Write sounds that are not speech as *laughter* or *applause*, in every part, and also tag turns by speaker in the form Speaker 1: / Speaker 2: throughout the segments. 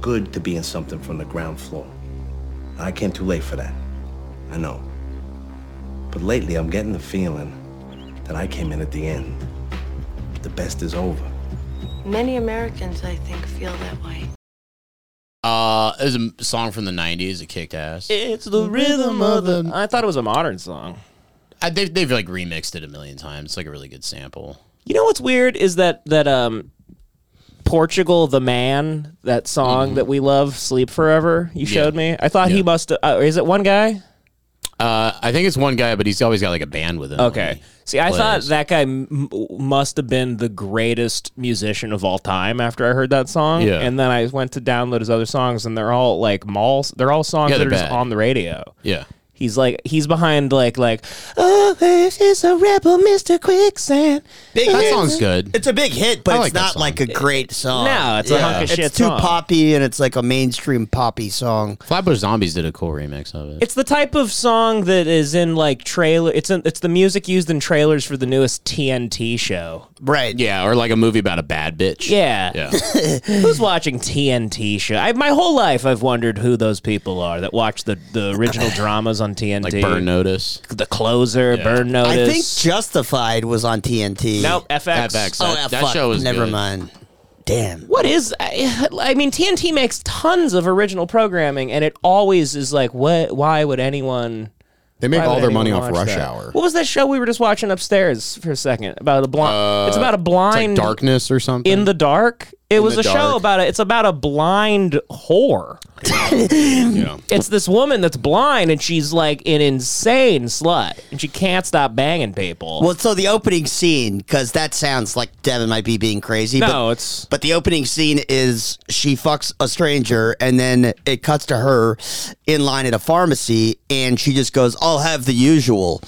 Speaker 1: good to be in something from the ground floor. I came too late for that. I know. But lately, I'm getting the feeling that I came in at the end. The best is over.
Speaker 2: Many Americans, I think, feel that way.
Speaker 3: Uh, it was a m- song from the '90s. It kicked ass.
Speaker 4: It's the rhythm of the. I thought it was a modern song.
Speaker 3: I, they've, they've like remixed it a million times. It's like a really good sample.
Speaker 4: You know what's weird is that that um, Portugal the man that song
Speaker 3: Mm-hmm.
Speaker 4: that we love, "Sleep Forever." You showed me. I thought he must. Uh, is it one guy?
Speaker 3: Uh, I think it's one guy, but he's always got like a band with him.
Speaker 4: Okay. See, I thought
Speaker 3: plays.
Speaker 4: that guy m- must have been the greatest musician of all time after I heard that song.
Speaker 3: Yeah.
Speaker 4: And then I went to download his other songs, and they're all like malls. They're all songs
Speaker 3: Yeah,
Speaker 4: that
Speaker 3: they're
Speaker 4: are just
Speaker 3: bad.
Speaker 4: on the radio.
Speaker 3: Yeah.
Speaker 4: He's like he's behind like like oh this is a rebel Mr. Quicksand.
Speaker 5: Big
Speaker 3: That
Speaker 5: hit.
Speaker 3: song's good.
Speaker 5: It's a big hit,
Speaker 3: I
Speaker 5: but
Speaker 3: like
Speaker 5: it's
Speaker 3: that
Speaker 5: not
Speaker 3: song.
Speaker 5: like a great song.
Speaker 4: No, it's a hunk of shit
Speaker 5: It's too
Speaker 4: song.
Speaker 5: poppy, and it's like a mainstream poppy song.
Speaker 3: Flatbush Zombies did a cool remix of it.
Speaker 4: It's the type of song that is in like trailer. It's in, it's the music used in trailers for the newest TNT show.
Speaker 5: Right.
Speaker 3: Yeah, or like a movie about a bad bitch.
Speaker 4: Yeah, *laughs*
Speaker 3: Yeah.
Speaker 4: who's watching TNT show? I, my whole life I've wondered who those people are that watch the the
Speaker 3: *laughs*
Speaker 4: original dramas on TNT.
Speaker 3: like Burn Notice.
Speaker 4: the closer, Burn
Speaker 5: I
Speaker 4: Notice.
Speaker 5: think Justified was on TNT.
Speaker 4: nope, FX.
Speaker 3: FX.
Speaker 5: Oh,
Speaker 3: That-
Speaker 5: ah,
Speaker 3: that
Speaker 5: fuck.
Speaker 3: show was
Speaker 5: Never
Speaker 3: good.
Speaker 5: mind. Damn.
Speaker 4: What is I, I mean TNT makes tons of original programming and it always is like what why would anyone
Speaker 6: They make
Speaker 4: Why
Speaker 6: all
Speaker 4: would
Speaker 6: their money
Speaker 4: anyone
Speaker 6: off
Speaker 4: watch
Speaker 6: Rush
Speaker 4: that?
Speaker 6: Hour.
Speaker 4: What was that show we were just watching upstairs for a second about a blind?
Speaker 3: Uh,
Speaker 4: it's about a
Speaker 6: It's
Speaker 4: blind
Speaker 6: like darkness or something.
Speaker 4: in the dark. It was
Speaker 6: the
Speaker 4: a show
Speaker 6: dark.
Speaker 4: about a. It's about a blind whore.
Speaker 6: yeah.
Speaker 4: It's this woman that's blind and she's like an insane slut and she can't stop banging people.
Speaker 5: Well, so the opening scene, because that sounds like Devin might be being crazy.
Speaker 4: no,
Speaker 5: but,
Speaker 4: it's
Speaker 5: But the opening scene is she fucks a stranger, and then it cuts to her in line at a pharmacy, and she just goes, I'll have the usual.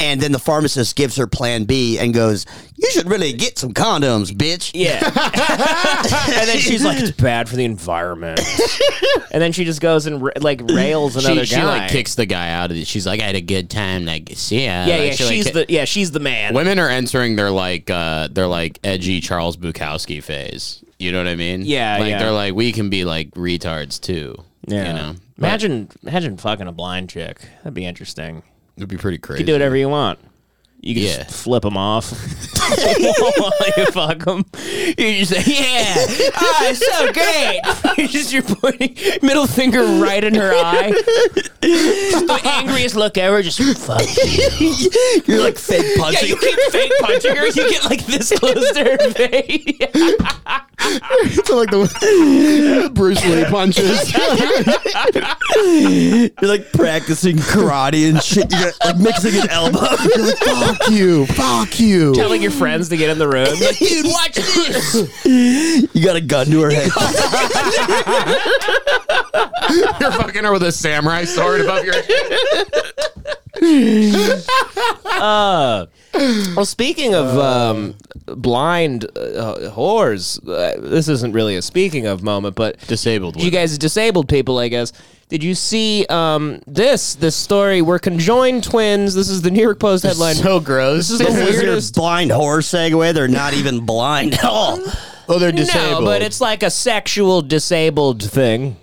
Speaker 5: And then the pharmacist gives her plan B and goes, You should really get some condoms, bitch.
Speaker 3: *laughs*
Speaker 4: yeah. and then she's like, it's bad for the environment. and then she just goes and ra- like rails another
Speaker 3: She, she
Speaker 4: guy.
Speaker 3: like kicks the guy out of it. She's like, I had a good time. Like, see ya.
Speaker 4: yeah,
Speaker 3: Like,
Speaker 4: yeah,
Speaker 3: she, like,
Speaker 4: she's
Speaker 3: ki-
Speaker 4: the yeah, she's the man.
Speaker 3: Women are entering their like uh their like edgy Charles Bukowski phase. You know what I mean?
Speaker 4: Yeah,
Speaker 3: Like
Speaker 4: yeah.
Speaker 3: they're like we can be like retards too.
Speaker 4: Yeah.
Speaker 3: You know.
Speaker 4: Imagine imagine fucking a blind chick. That'd be interesting.
Speaker 3: It'd be pretty crazy.
Speaker 4: You do whatever you want. You can
Speaker 3: Yeah.
Speaker 4: just flip them *laughs* off while you fuck them. You just say, "Yeah, oh, it's so great." *laughs* you just you're pointing middle finger right in her eye. Just the angriest look ever. Just *laughs* fuck.
Speaker 5: *laughs* You're like *laughs* fake
Speaker 4: Yeah,
Speaker 5: punching.
Speaker 4: you keep fake punching her. *laughs* You get like this close to her face. *laughs*
Speaker 6: It's like
Speaker 5: *laughs*
Speaker 6: the Bruce Lee punches.
Speaker 5: You're like practicing karate and shit. You're like mixing an elbow. *laughs* You're like, "Fuck."
Speaker 6: Fuck you. Fuck you.
Speaker 4: Telling your friends to get in the *laughs* room. Like, dude, watch this.
Speaker 5: you got a gun to her head.
Speaker 6: You're fucking her with a samurai sword above your head.
Speaker 4: Well, speaking of um, blind uh, whores, uh, this isn't really a speaking of moment, but
Speaker 3: Disabled
Speaker 4: you
Speaker 3: women.
Speaker 4: guys disabled people, I guess. Did you see um, this? This story where conjoined twins. This is the New York Post headline.
Speaker 3: so gross.
Speaker 4: this is the
Speaker 5: This is your
Speaker 4: weirdest.
Speaker 5: blind horror segue. They're not even blind at all.
Speaker 3: oh, they're
Speaker 4: No,
Speaker 3: disabled.
Speaker 4: but
Speaker 5: *laughs*
Speaker 4: it's like a sexual disabled
Speaker 3: *laughs*
Speaker 4: thing.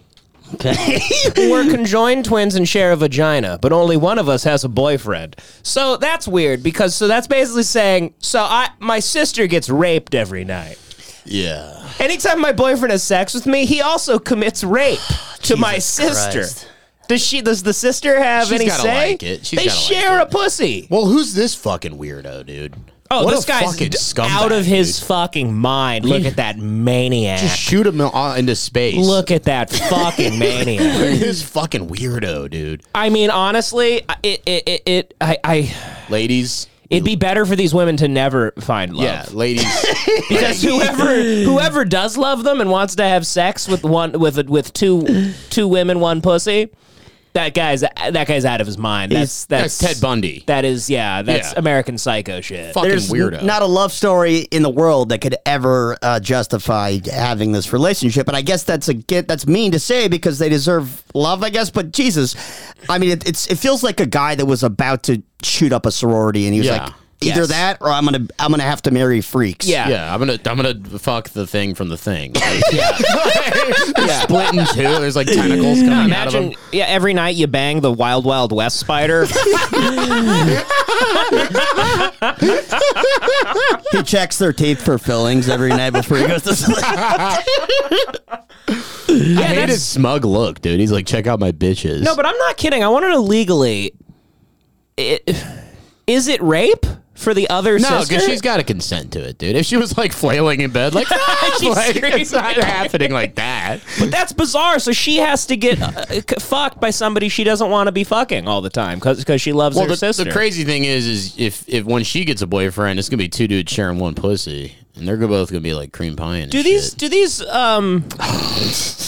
Speaker 4: We're conjoined twins and share a vagina, but only one of us has a boyfriend. So that's weird because so that's basically saying so I my sister gets raped every night.
Speaker 3: yeah.
Speaker 4: Anytime my boyfriend has sex with me, he also commits
Speaker 3: *sighs*
Speaker 4: rape to my sister.
Speaker 5: Christ.
Speaker 4: Does she? Does the sister have
Speaker 3: She's
Speaker 4: any
Speaker 3: gotta
Speaker 4: say?
Speaker 3: like it. She's
Speaker 4: they
Speaker 3: gotta like
Speaker 4: share
Speaker 3: it.
Speaker 4: a pussy.
Speaker 3: Well, who's this fucking weirdo, dude?
Speaker 4: Oh,
Speaker 3: What
Speaker 4: this
Speaker 3: a
Speaker 4: guy's
Speaker 3: fucking
Speaker 4: d-
Speaker 3: scumbag,
Speaker 4: out of his
Speaker 3: dude.
Speaker 4: fucking mind. Look at that maniac.
Speaker 3: Just shoot him all into space.
Speaker 4: Look at that fucking maniac.
Speaker 3: *laughs* this fucking weirdo, dude.
Speaker 4: I mean, honestly, I- it it it, it I, I
Speaker 3: Ladies,
Speaker 4: it'd be better for these women to never find love.
Speaker 3: yeah,
Speaker 4: *laughs*
Speaker 3: ladies. *laughs*
Speaker 4: Because whoever whoever does love them and wants to have sex with one with with two two women one pussy, that guy's that guy's out of his mind. That's that's,
Speaker 3: That's Ted Bundy.
Speaker 4: That is yeah. That's
Speaker 3: Yeah.
Speaker 4: American psycho shit.
Speaker 3: fucking
Speaker 5: There's
Speaker 3: weirdo.
Speaker 5: not a love story in the world that could ever uh, justify having this relationship, and I guess that's a get that's mean to say because they deserve love, I guess. But Jesus, I mean, it, it's it feels like a guy that was about to shoot up a sorority, and he was
Speaker 3: Yeah.
Speaker 5: like, Either
Speaker 3: Yes.
Speaker 5: that, or I'm gonna I'm gonna have to marry freaks.
Speaker 4: Yeah.
Speaker 3: Yeah, I'm gonna I'm gonna fuck the thing from the
Speaker 4: *laughs*
Speaker 3: thing. yeah, *laughs* split in two. There's like tentacles coming out of
Speaker 4: Imagine,
Speaker 3: him.
Speaker 4: yeah, every night you bang the Wild Wild West
Speaker 3: *laughs*
Speaker 4: spider. *laughs*
Speaker 5: he checks their teeth for fillings every night before he goes to sleep.
Speaker 3: I hate his smug look, dude. He's like, check out my bitches.
Speaker 4: *laughs* no, but I'm not kidding. I want to know legally, it, is it rape for the other
Speaker 3: no,
Speaker 4: sister?
Speaker 3: because she's got to consent to it, dude. If she was like flailing in bed, like, *laughs* "Ah,"
Speaker 4: *laughs* She's
Speaker 3: like, it's not
Speaker 4: screaming.
Speaker 3: happening like that.
Speaker 4: That's bizarre. So she has to get uh, c- fucked by somebody she doesn't want to be fucking all the time because she loves
Speaker 3: Well,
Speaker 4: her
Speaker 3: the,
Speaker 4: sister.
Speaker 3: the crazy thing is, is if if when she gets a boyfriend, it's gonna be two dudes sharing one pussy, and they're both gonna be like cream pie and
Speaker 4: do
Speaker 3: shit.
Speaker 4: these do these
Speaker 5: *sighs*
Speaker 4: um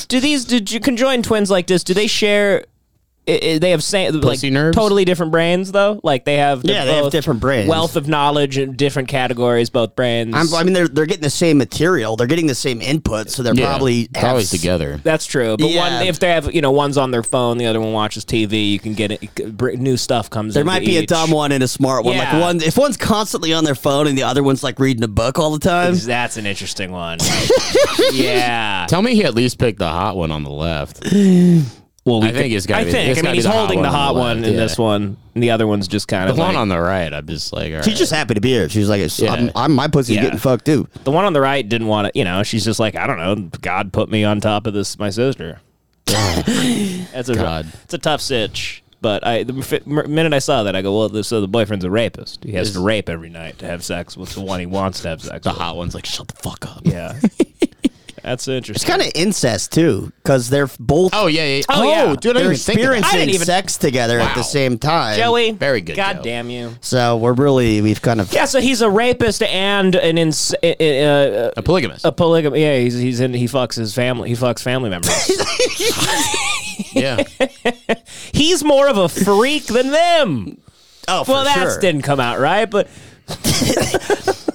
Speaker 4: do these did you conjoined twins like this? Do they share? i- i- They have same
Speaker 3: Pussy
Speaker 4: like
Speaker 3: nerves?
Speaker 4: totally different brains though. Like they have
Speaker 5: Yeah, they have
Speaker 4: both
Speaker 5: different brains.
Speaker 4: wealth of knowledge in different categories, both brains.
Speaker 5: I'm, I mean, they're they're getting the same material, they're getting the same input, so they're
Speaker 3: Yeah,
Speaker 5: probably
Speaker 3: they're always
Speaker 5: have-
Speaker 3: together.
Speaker 4: That's true. But
Speaker 5: Yeah.
Speaker 4: one if they have you know one's on their phone, the other one watches TV. You can get it, c- br- new stuff comes.
Speaker 5: There
Speaker 4: into
Speaker 5: might be a
Speaker 4: each.
Speaker 5: dumb one and a smart one.
Speaker 4: Yeah.
Speaker 5: Like one, if one's constantly on their phone and the other one's like reading a book all the time.
Speaker 4: That's an interesting one. *laughs* yeah.
Speaker 3: Tell me he at least picked the hot one on the left.
Speaker 4: Well,
Speaker 3: I think it's gotta
Speaker 4: I
Speaker 3: be-
Speaker 4: think.
Speaker 3: it's
Speaker 4: I
Speaker 3: gotta
Speaker 4: mean,
Speaker 3: be
Speaker 4: he's
Speaker 3: the hot
Speaker 4: holding
Speaker 3: one
Speaker 4: the
Speaker 3: on the
Speaker 4: hot
Speaker 3: left,
Speaker 4: one in
Speaker 3: yeah.
Speaker 4: this one, and the other one's just kind
Speaker 3: The
Speaker 4: of like,
Speaker 3: one on the right, I'm just like, all right.
Speaker 5: She's just happy to be here. She's like, it's-
Speaker 3: Yeah.
Speaker 5: I'm, I'm, my pussy's
Speaker 4: Yeah.
Speaker 5: getting fucked too.
Speaker 4: the one on the right didn't want to. You know, she's just like, I don't know. God put me on top of this,
Speaker 3: *laughs*
Speaker 4: my sister. That's a
Speaker 3: God.
Speaker 4: It's a tough sitch. But I, the f- m- minute I saw that, I go, well, this, so the boyfriend's a rapist. He has to rape every night to have sex with the one he wants to have sex
Speaker 3: the
Speaker 4: with.
Speaker 3: hot one's like, shut the fuck up.
Speaker 4: Yeah,
Speaker 3: *laughs*
Speaker 4: that's interesting.
Speaker 5: It's kind of incest too, because they're both.
Speaker 3: Oh yeah, yeah.
Speaker 4: Oh, yeah.
Speaker 3: dude, I didn't
Speaker 5: they're
Speaker 3: even think of that.
Speaker 4: I
Speaker 5: experiencing
Speaker 4: didn't even-
Speaker 5: sex together at the
Speaker 3: Wow.
Speaker 5: same time.
Speaker 4: Joey,
Speaker 3: Very good,
Speaker 4: God
Speaker 3: Joe.
Speaker 4: damn you.
Speaker 5: So we're really we've kind of
Speaker 4: Yeah, so he's a rapist and an ins- uh, uh,
Speaker 3: A polygamist.
Speaker 4: a polygamy. Yeah, he's he's in. He fucks his family. He fucks family members.
Speaker 3: yeah.
Speaker 4: *laughs* he's more of a freak than *laughs* them.
Speaker 5: *laughs* oh for
Speaker 4: Well, that
Speaker 5: sure.
Speaker 4: didn't come out right, but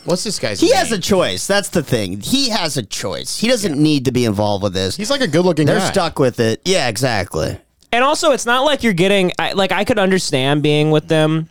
Speaker 3: What's this guy's
Speaker 5: He
Speaker 3: name?
Speaker 5: has a choice. That's the thing. He has a choice. He doesn't need to be involved with this.
Speaker 3: He's like a good-looking
Speaker 5: They're
Speaker 3: guy.
Speaker 5: stuck with it. Yeah, exactly.
Speaker 4: and also it's not like you're getting. I, like I could understand being with them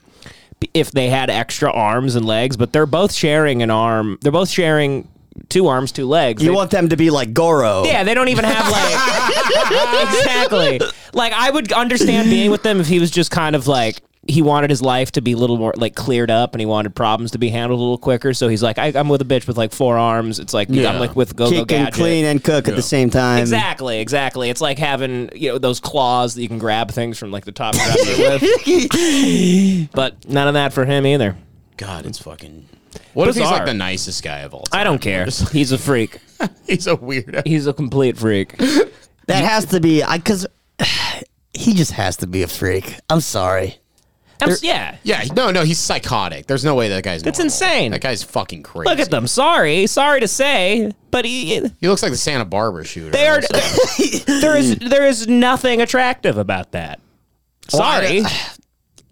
Speaker 4: b- if they had extra arms and legs, but they're both sharing an arm. They're both sharing two arms, two legs.
Speaker 5: You
Speaker 4: They-
Speaker 5: want them to be like Goro.
Speaker 4: Yeah, they don't even have like exactly. Like I would understand being with them if he was just kind of like he wanted his life to be a little more like cleared up and he wanted problems to be handled a little quicker. So he's like, I, I'm with a bitch with like four arms. It's like
Speaker 3: Yeah.
Speaker 4: I'm like with go go
Speaker 5: Kick and
Speaker 4: gadget.
Speaker 5: clean and cook at the same time.
Speaker 4: Exactly, exactly. It's like having you know those claws that you can grab things from like the top. and grab it with. But none of that for him either.
Speaker 3: God, it's fucking. What if he's
Speaker 4: Bizarre.
Speaker 3: like the nicest guy of all? Time?
Speaker 4: I don't care. He's a freak.
Speaker 3: *laughs* He's a weirdo.
Speaker 4: He's a complete freak.
Speaker 5: That has to be I cuz *sighs* he just has to be a freak. I'm sorry.
Speaker 4: I'm s- yeah,
Speaker 3: *laughs* Yeah, no, no, he's psychotic. There's no way that guy's.
Speaker 4: That's
Speaker 3: normal.
Speaker 4: insane.
Speaker 3: That guy's fucking crazy.
Speaker 4: Look at them. Sorry, sorry to say, but he,
Speaker 3: He looks like the Santa Barbara shooter.
Speaker 4: they are.
Speaker 3: Also.
Speaker 4: there is there is nothing attractive about that. Sorry,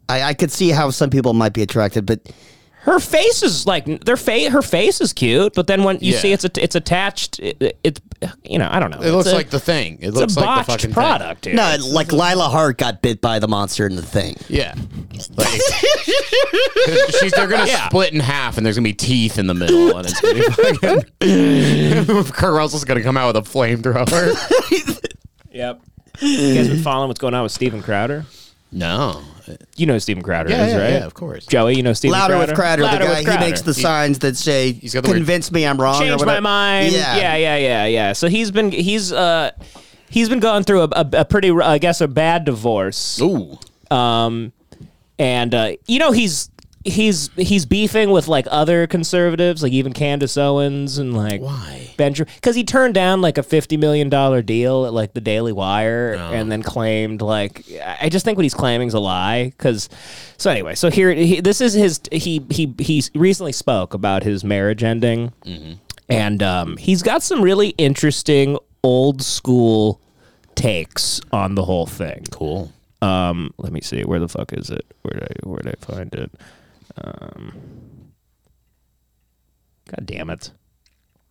Speaker 5: I, I could see how some people might be attracted, but
Speaker 4: her face is like their face. Her face is cute, but then when you
Speaker 3: Yeah.
Speaker 4: see it's a, it's attached, it, it's you know I don't know.
Speaker 3: It looks
Speaker 4: it's a-
Speaker 3: like the thing. It
Speaker 4: it's
Speaker 3: looks
Speaker 4: a
Speaker 3: like
Speaker 4: botched
Speaker 3: the fucking
Speaker 4: product. Dude.
Speaker 5: no, like Lila Hart got bit by the monster in the
Speaker 3: Thing.
Speaker 5: thing.
Speaker 3: Yeah. Like, *laughs* she's, they're gonna split in half, and there's gonna be teeth in the middle, and it's gonna be
Speaker 4: *laughs*
Speaker 3: fucking. *laughs* Kurt Russell's gonna come out with a flamethrower.
Speaker 4: Yep.
Speaker 3: Mm.
Speaker 4: You guys been following what's going on with Steven Crowder?
Speaker 3: no.
Speaker 4: You know who Steven Crowder
Speaker 3: Yeah,
Speaker 4: is,
Speaker 3: yeah,
Speaker 4: right?
Speaker 3: yeah, of course.
Speaker 4: Joey, you know Steven
Speaker 5: Louder
Speaker 4: Crowder.
Speaker 5: with Crowder,
Speaker 4: Louder
Speaker 5: the
Speaker 4: with
Speaker 5: guy
Speaker 4: Crowder.
Speaker 5: he makes the signs that say
Speaker 3: got the word-
Speaker 5: convince me I'm wrong or
Speaker 4: change my
Speaker 5: whatever.
Speaker 4: mind. Yeah. yeah, yeah, yeah, So he's been he's uh he's been going through a, a, a pretty uh, I guess a bad divorce.
Speaker 3: Ooh.
Speaker 4: Um, and uh, you know he's he's he's beefing with like other conservatives, like even Candace Owens and like
Speaker 3: Why?
Speaker 4: Benjamin, because he turned down like a fifty million dollar deal at like the Daily Wire,
Speaker 3: Oh.
Speaker 4: and then claimed like I I just think what he's claiming is a lie. Because so anyway, so here he, this is his he he he recently spoke about his marriage ending,
Speaker 3: Mm-hmm.
Speaker 4: and um, he's got some really interesting old school takes on the whole thing.
Speaker 3: Cool.
Speaker 4: Um, let me see. Where the fuck is it? Where did I where did I find it? Um, God damn it!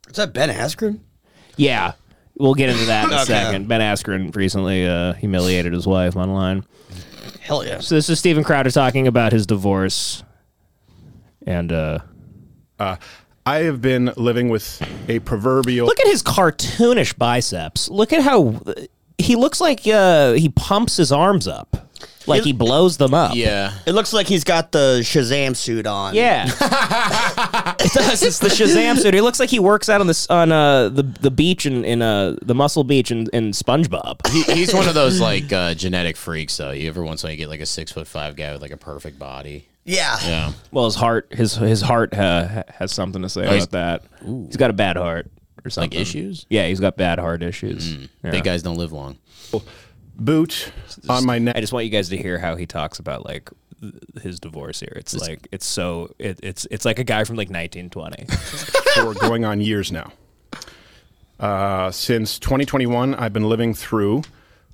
Speaker 5: Is that Ben Askren?
Speaker 4: Yeah, we'll get into that in a
Speaker 5: Okay.
Speaker 4: second. Ben Askren recently uh, humiliated his wife online.
Speaker 5: Hell yeah.
Speaker 4: So this is Steven Crowder talking about his divorce.
Speaker 7: and uh,
Speaker 8: I have been living with a proverbial.
Speaker 4: Look at his cartoonish biceps. Look at how he looks like uh, he pumps his arms up, like he blows them up.
Speaker 3: Yeah.
Speaker 5: It looks like he's got the Shazam suit on.
Speaker 4: Yeah, *laughs* it does. It's the Shazam suit. He looks like he works out on this on uh, the the beach in in uh, the Muscle Beach in, in SpongeBob.
Speaker 3: He, he's one of those like uh, genetic freaks, though. You ever once in a while you get like a six foot five guy with like a perfect body.
Speaker 5: Yeah.
Speaker 3: Yeah.
Speaker 7: well, his heart, his his heart uh, ha- has something to say
Speaker 3: Oh, he's-
Speaker 7: about that. He's got a bad heart or something.
Speaker 3: issues? Mm.
Speaker 7: Yeah, he's got bad heart issues. Yeah.
Speaker 3: Big guys don't live long.
Speaker 8: boot on my
Speaker 7: I
Speaker 8: neck.
Speaker 7: just want you guys to hear how he talks about like th- his divorce here. It's, like it's so it, it's it's like a guy from like
Speaker 3: *laughs*
Speaker 7: 1920.
Speaker 8: for going on years now. Uh, since 2021, I've been living through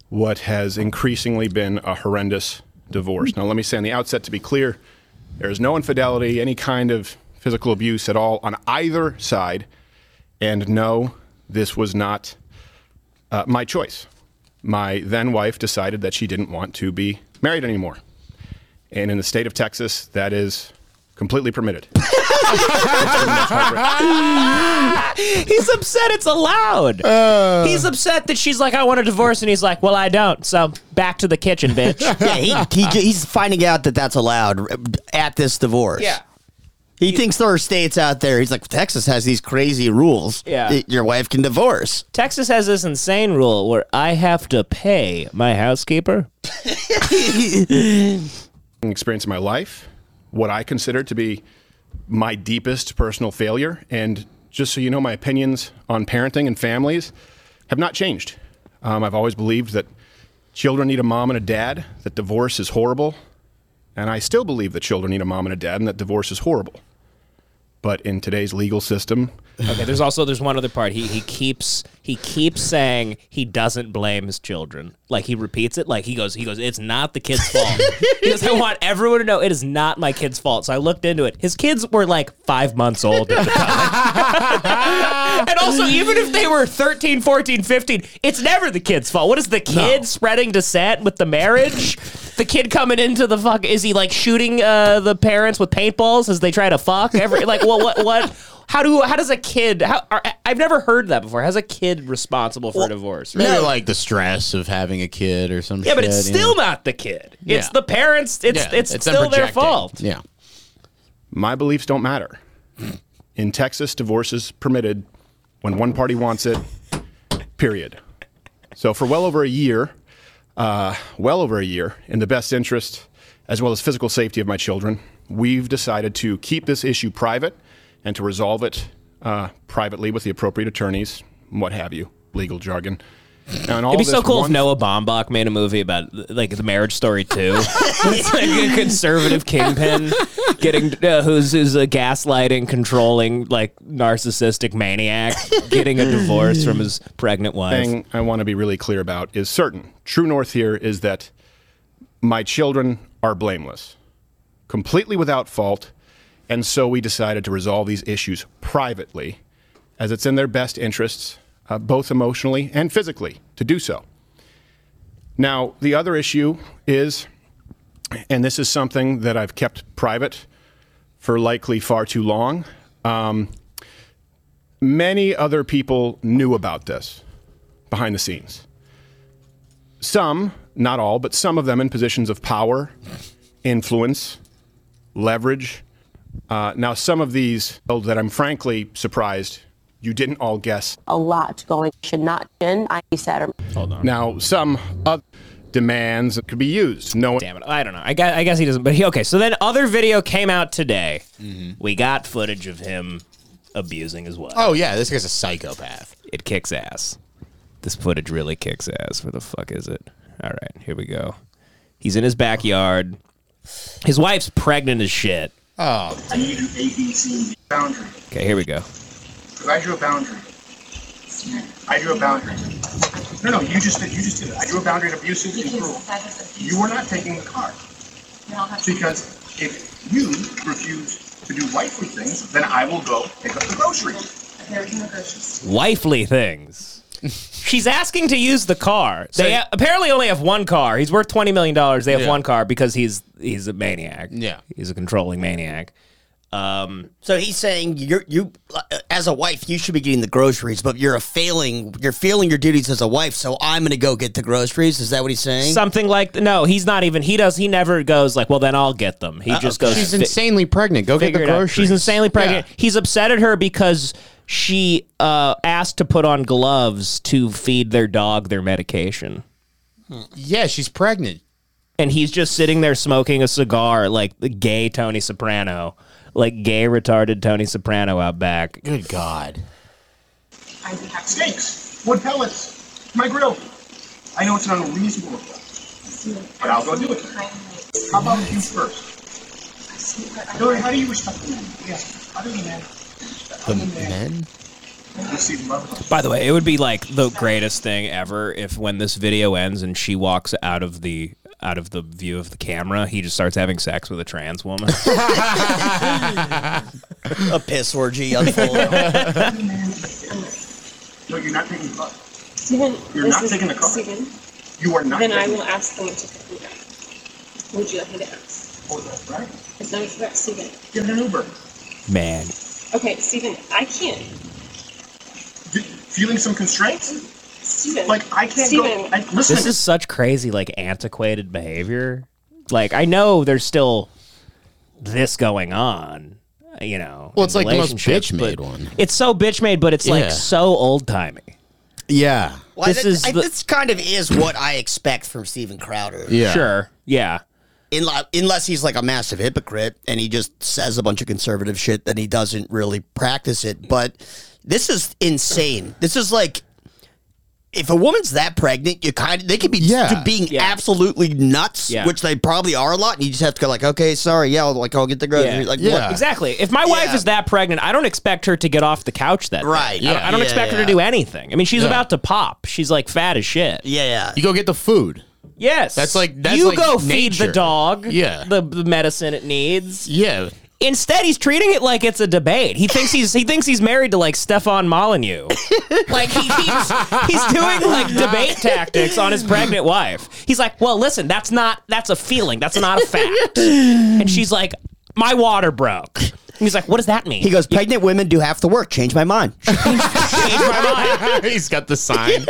Speaker 8: what has increasingly been a horrendous divorce. Now, let me say on the outset to be clear there is no infidelity, any kind of physical abuse at all on either side. And no, this was not uh, my choice. My then wife decided that she didn't want to be married anymore. And in the state of Texas, that is completely permitted.
Speaker 4: He's upset it's allowed. he's upset that she's like, I want a divorce, and he's like, Well, I don't. So back to the kitchen, bitch.
Speaker 5: *laughs* Yeah, he, he, he's finding out that that's allowed at this divorce.
Speaker 4: Yeah.
Speaker 5: He thinks there are states out there. He's like, Texas has these crazy rules.
Speaker 4: Yeah.
Speaker 5: that Your wife can divorce.
Speaker 4: Texas has this insane rule where I have to pay my housekeeper.
Speaker 8: experience in my life, what I consider to be my deepest personal failure. And just so you know, my opinions on parenting and families have not changed. Um, I've always believed that children need a mom and a dad, that divorce is horrible. And I still believe that children need a mom and a dad and that divorce is horrible. But in today's legal system,
Speaker 4: Okay, there's also there's one other part. He he keeps he keeps saying he doesn't blame his children. Like he repeats it. Like he goes he goes. It's not the kid's fault. he goes. I want everyone to know it is not my kid's fault. So I looked into it. His kids were like five months old. At the time. *laughs* and also, even if they were 13, 14, 15, it's never the kid's fault. What is the kid spreading dissent with the marriage? The kid coming into the fuck is he like shooting uh, the parents with paintballs as they try to fuck? Every like what what what? How do how does a kid? How, are, I've never heard that before. How's a kid responsible for a divorce?
Speaker 3: Maybe like the stress of having a kid or some
Speaker 4: Yeah,
Speaker 3: shit.
Speaker 4: but it's
Speaker 3: you
Speaker 4: still
Speaker 3: know?
Speaker 4: not the kid. It's
Speaker 3: Yeah.
Speaker 4: the parents. It's
Speaker 3: Yeah,
Speaker 4: it's,
Speaker 3: them
Speaker 4: still their
Speaker 3: projecting.
Speaker 4: fault.
Speaker 3: Yeah.
Speaker 8: my beliefs don't matter. In Texas, divorce is permitted when one party wants it, period. So, for well over a year, uh, well over a year, in the best interest as well as physical safety of my children, we've decided to keep this issue private and to resolve it uh, privately with the appropriate attorneys, what have you, legal jargon. Now, in all
Speaker 4: It'd be
Speaker 8: this
Speaker 4: so cool if
Speaker 8: one-
Speaker 4: Noah Baumbach made a movie about like the Marriage Story too. *laughs* it's like a conservative kingpin getting uh, who's who's a gaslighting, controlling, like narcissistic maniac getting a divorce from his pregnant wife.
Speaker 8: thing I want to be really clear about is certain. True north here is that my children are blameless, completely without fault, and so we decided to resolve these issues privately, as it's in their best interests, uh, both emotionally and physically, to do so. Now, the other issue is, and this is something that I've kept private for likely far too long. Um, many other people knew about this behind the scenes. Some, not all, but some of them in positions of power, influence, leverage. Uh, now, some of these that I'm frankly surprised you didn't all guess.
Speaker 9: a lot going. Should not in. I Saturn.
Speaker 8: Now, some other demands that could be used. No one
Speaker 4: Damn it! I don't know. I guess, I guess he doesn't. But he, okay. So then, other video came out today.
Speaker 8: Mm-hmm.
Speaker 4: We got footage of him abusing his wife.
Speaker 3: Oh yeah, this guy's a psychopath.
Speaker 7: it kicks ass. This footage really kicks ass. Where the fuck is it? All right, here we go.
Speaker 4: He's in his backyard. His wife's pregnant as shit.
Speaker 10: I need an A, B, C, D. boundary.
Speaker 7: Okay, here we go.
Speaker 10: If I drew a boundary, I drew a boundary. No, no, you just did. You just did it. I drew a boundary and abusive is cruel. You were not taking the car because if you refuse to do wifely things, then I will go pick up the groceries.
Speaker 3: *laughs*
Speaker 4: Wifely things. She's asking to use the car. They apparently only have one car. He's worth twenty million dollars. They have
Speaker 3: Yeah.
Speaker 4: one car because he's he's a maniac.
Speaker 3: Yeah.
Speaker 4: he's a controlling maniac.
Speaker 11: Um,
Speaker 5: So he's saying you're you uh, as a wife you should be getting the groceries, but you're a failing you're failing your duties as a wife. So I'm going to go get the groceries. Is that what he's saying?
Speaker 4: Something like no, he's not even. He does. He never goes like, well, then I'll get them. He just goes.
Speaker 3: She's
Speaker 4: fi-
Speaker 3: insanely pregnant. Go get the
Speaker 4: figure it out.
Speaker 3: groceries.
Speaker 4: She's insanely pregnant. He's upset at her because she uh, asked to put on gloves to feed their dog their medication.
Speaker 3: Yeah, she's pregnant.
Speaker 4: And he's just sitting there smoking a cigar like the gay Tony Soprano, like gay retarded Tony Soprano out back.
Speaker 3: Good God.
Speaker 10: I have steaks, wood pellets, my grill. I know it's an unreasonable request, but I'll go do it. How about you first? Hillary, how do you respect men? Yes, other than men.
Speaker 3: The men?
Speaker 10: You see the love.
Speaker 11: By the way, it would be like the greatest thing ever if when this video ends and she walks out of the out of the view of the camera, he just starts having sex with a trans woman.
Speaker 4: *laughs*
Speaker 5: a piss orgy
Speaker 4: *laughs*
Speaker 5: unfolding.
Speaker 10: No, you're not taking the car.
Speaker 9: Steven,
Speaker 10: You're
Speaker 9: this
Speaker 10: not
Speaker 9: is
Speaker 10: taking the car.
Speaker 9: Steven,
Speaker 10: You are not
Speaker 9: then I
Speaker 10: taking
Speaker 9: will ask someone to pick me up. Would you like me to ask?
Speaker 10: the car, Oh, right?
Speaker 9: It's not about Steven.
Speaker 10: Get an Uber.
Speaker 11: Man.
Speaker 9: Okay, Steven, I can't.
Speaker 10: D- feeling some constraints?
Speaker 9: Steven.
Speaker 10: Like, I can't go.
Speaker 9: Steven.
Speaker 10: I, listen,
Speaker 4: This is such crazy, like antiquated behavior. Like I know there's still this going on, you know.
Speaker 3: Well,
Speaker 4: in
Speaker 3: it's like the most
Speaker 4: relationships,
Speaker 3: bitch-made
Speaker 4: but-
Speaker 3: one.
Speaker 4: It's so bitch made, but it's
Speaker 3: Yeah.
Speaker 4: like so old timey.
Speaker 3: Yeah.
Speaker 5: Well,
Speaker 4: This
Speaker 5: that-
Speaker 4: is
Speaker 5: I-
Speaker 4: the-
Speaker 5: this kind of is what I expect from Steven Crowder.
Speaker 3: Yeah.
Speaker 4: Sure. Yeah.
Speaker 5: In, unless he's like a massive hypocrite and he just says a bunch of conservative shit, then he doesn't really practice it. But this is insane. This is like if a woman's that pregnant, you kind of they could be
Speaker 3: Yeah.
Speaker 5: to being absolutely nuts,
Speaker 4: Yeah.
Speaker 5: which they probably are a lot. And you just have to go like, okay, sorry, yeah, I'll, like I'll get the groceries.
Speaker 4: Yeah.
Speaker 5: Uh, Like,
Speaker 3: Yeah.
Speaker 5: what-
Speaker 4: Exactly. If my wife
Speaker 5: Yeah.
Speaker 4: is that pregnant, I don't expect her to get off the couch that day.
Speaker 5: Right.
Speaker 4: I don't, I don't
Speaker 5: Yeah,
Speaker 4: expect her
Speaker 5: yeah.
Speaker 4: to do anything. I mean, she's
Speaker 3: Yeah.
Speaker 4: about to pop. She's like fat as shit.
Speaker 5: Yeah,
Speaker 3: You go get the food.
Speaker 4: Yes.
Speaker 3: That's like- that's
Speaker 4: you
Speaker 3: like
Speaker 4: go feed
Speaker 3: nature.
Speaker 4: the dog.
Speaker 3: Yeah.
Speaker 4: The, the medicine it needs.
Speaker 3: Yeah.
Speaker 4: Instead, he's treating it like it's a debate. He thinks he's he thinks he's married to like Stefan Molyneux. *laughs* like he keeps he's *laughs* doing like debate tactics on his pregnant wife. He's like, "Well, listen, that's not that's a feeling. That's not a fact." and she's like, "My water broke." And he's like, "What does that mean?"
Speaker 5: He goes, pregnant women do half the work. Change my mind. *laughs*
Speaker 4: "Change my
Speaker 3: *laughs*
Speaker 4: mind."
Speaker 3: He's got the
Speaker 4: *laughs*
Speaker 3: sign.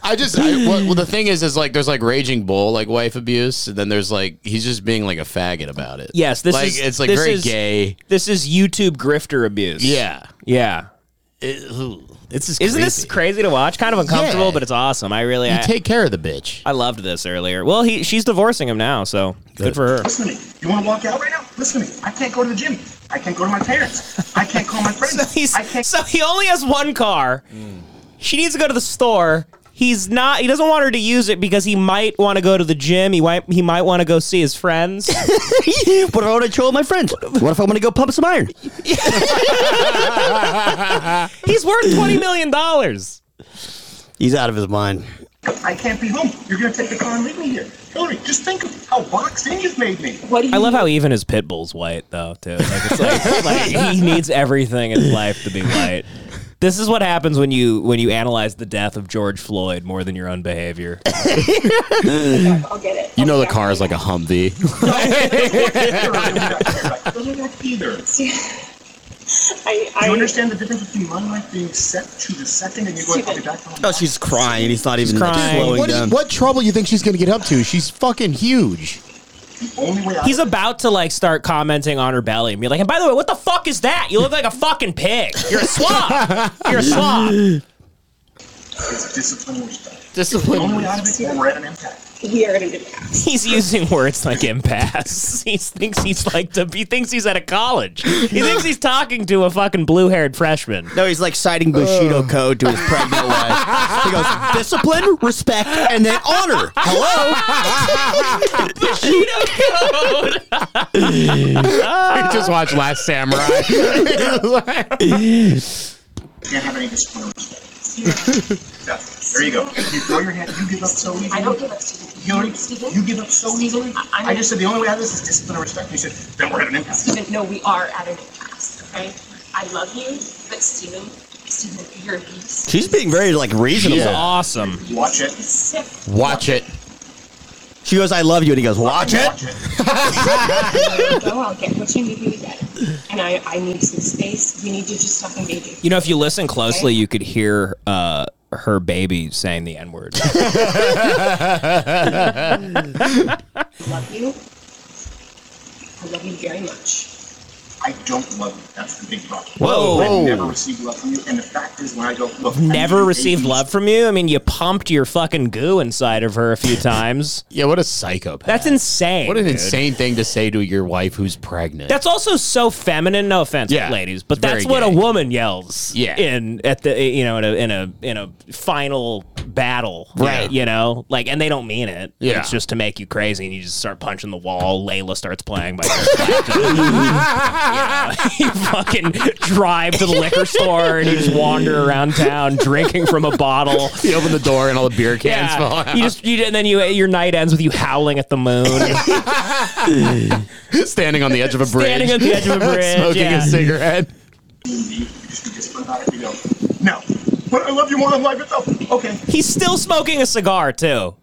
Speaker 3: I just I, well, well, the thing is, is like there's like raging bull, like wife abuse, and then there's like he's just being like a faggot about it.
Speaker 4: Yes, this
Speaker 3: like
Speaker 4: is
Speaker 3: it's like
Speaker 4: this
Speaker 3: very
Speaker 4: is-
Speaker 3: gay.
Speaker 4: This is YouTube grifter abuse.
Speaker 3: Yeah,
Speaker 4: Yeah.
Speaker 3: it's just
Speaker 4: Isn't this
Speaker 3: crazy.
Speaker 4: crazy to watch? Kind of uncomfortable,
Speaker 3: Yeah.
Speaker 4: but it's awesome. I really I,
Speaker 3: You take care of the bitch.
Speaker 4: I loved this earlier. Well, he she's divorcing him now, so good for her.
Speaker 10: listen to me. You want to walk out right now? Listen to me. I can't go to the gym. I can't go to my parents. I
Speaker 4: *laughs*
Speaker 10: can't call my
Speaker 4: So,
Speaker 10: friends. I
Speaker 4: he's,
Speaker 10: can't.
Speaker 4: so he only has one car. She needs to go to the store. He's not. He doesn't want her to use it because he might want to go to the gym. He might. He might want to go see his friends.
Speaker 5: what if I want to chill with my friends? What if I want to go pump some iron?
Speaker 4: he's worth twenty million dollars.
Speaker 5: He's out of his mind.
Speaker 10: I can't be home. You're going to take the car and leave me here. Hillary, just think of how boxed in you've made me.
Speaker 9: What do you
Speaker 4: I love how even his pit bull's white though too. Like it's like, like *laughs* he needs everything in life to be white. This is what happens when you when you analyze the death of George Floyd more than your own behavior.
Speaker 9: I'll get it.
Speaker 3: You know the
Speaker 9: Okay.
Speaker 3: car is like a Humvee.
Speaker 10: Either.
Speaker 9: I, I
Speaker 10: Do you understand the difference between my life being set to the second and you going, I'll be back home?
Speaker 5: Oh, she's crying. He's not even
Speaker 4: crying.
Speaker 5: slowing
Speaker 3: what,
Speaker 5: down.
Speaker 3: is, what trouble you think she's gonna get up to? She's fucking *laughs* huge.
Speaker 10: The only way out
Speaker 4: He's about to like start commenting on her belly and be like, and by the way, what the fuck is that? You look like a fucking pig. You're a slob. You're a
Speaker 3: *laughs*
Speaker 4: slob.
Speaker 10: is discipline or stuff. The
Speaker 3: Discipline.
Speaker 10: only way out of it is we're at an impact.
Speaker 9: We are going to do that.
Speaker 4: He's using words like impasse. *laughs* He thinks he's like to, he thinks he's at a college. He thinks he's talking to a fucking blue-haired freshman.
Speaker 5: No, he's like citing Bushido code to his pregnant wife. He goes, discipline, respect, and then honor. Hello?
Speaker 3: just watch Last *laughs* Samurai.
Speaker 10: You can't have any
Speaker 9: *laughs*
Speaker 10: discipline or respect. Yeah, there you go. You throw your hand, you give up so easily.
Speaker 9: I don't give up, Steven.
Speaker 10: Hillary,
Speaker 9: Steven?
Speaker 10: you give up so easily.
Speaker 9: I- I'm-
Speaker 10: I just said the only way out of this is discipline or respect. And you said, then we're at an impact.
Speaker 9: Steven, no, we are at an impasse, okay? I love you, but Steven, Steven, you're a beast.
Speaker 5: She's being very like reasonable.
Speaker 4: Awesome.
Speaker 10: Watch it.
Speaker 9: Sick.
Speaker 3: Watch it.
Speaker 5: She goes, "I love you," and he goes, "Watch it."
Speaker 9: Go, Oh, I'll get what you need me to get. And I, I need some space. You need to just stop engaging.
Speaker 12: You know, if you listen closely, you could hear uh, her baby saying the N word.
Speaker 9: love you. I love you very much.
Speaker 10: I don't love you. That's the big problem.
Speaker 12: Whoa.
Speaker 10: I've
Speaker 12: Whoa.
Speaker 10: never received love from you, and the fact is, when I don't look,
Speaker 4: *laughs* Never received love from you? I mean, you pumped your fucking goo inside of her a few times.
Speaker 3: yeah, what a psychopath.
Speaker 4: That's insane.
Speaker 3: What an
Speaker 4: dude.
Speaker 3: insane thing to say to your wife who's pregnant.
Speaker 4: That's also so feminine. No offense,
Speaker 3: Yeah.
Speaker 4: ladies, but
Speaker 3: It's
Speaker 4: that's
Speaker 3: very
Speaker 4: what a
Speaker 3: gay.
Speaker 4: woman yells.
Speaker 3: Yeah.
Speaker 4: in at the you know in a in a in a final battle,
Speaker 3: Right.
Speaker 4: You know, like and they don't mean it.
Speaker 3: Yeah.
Speaker 4: it's just to make you crazy, and you just start punching the wall. Layla starts
Speaker 3: *laughs*
Speaker 4: playing by. *laughs* you fucking drive to the liquor store and you just wander around town drinking from
Speaker 3: *laughs*
Speaker 4: a bottle.
Speaker 3: you open the door and all the beer cans fall out.
Speaker 4: you just you, and then you your night ends with you howling at the moon.
Speaker 3: *laughs* standing on the edge of a bridge.
Speaker 4: Standing on the
Speaker 3: *laughs*
Speaker 4: edge of a bridge,
Speaker 3: smoking
Speaker 4: yeah.
Speaker 3: a *laughs* cigarette.
Speaker 10: No, but I love you more than life itself. Okay.
Speaker 4: He's still smoking a cigar too.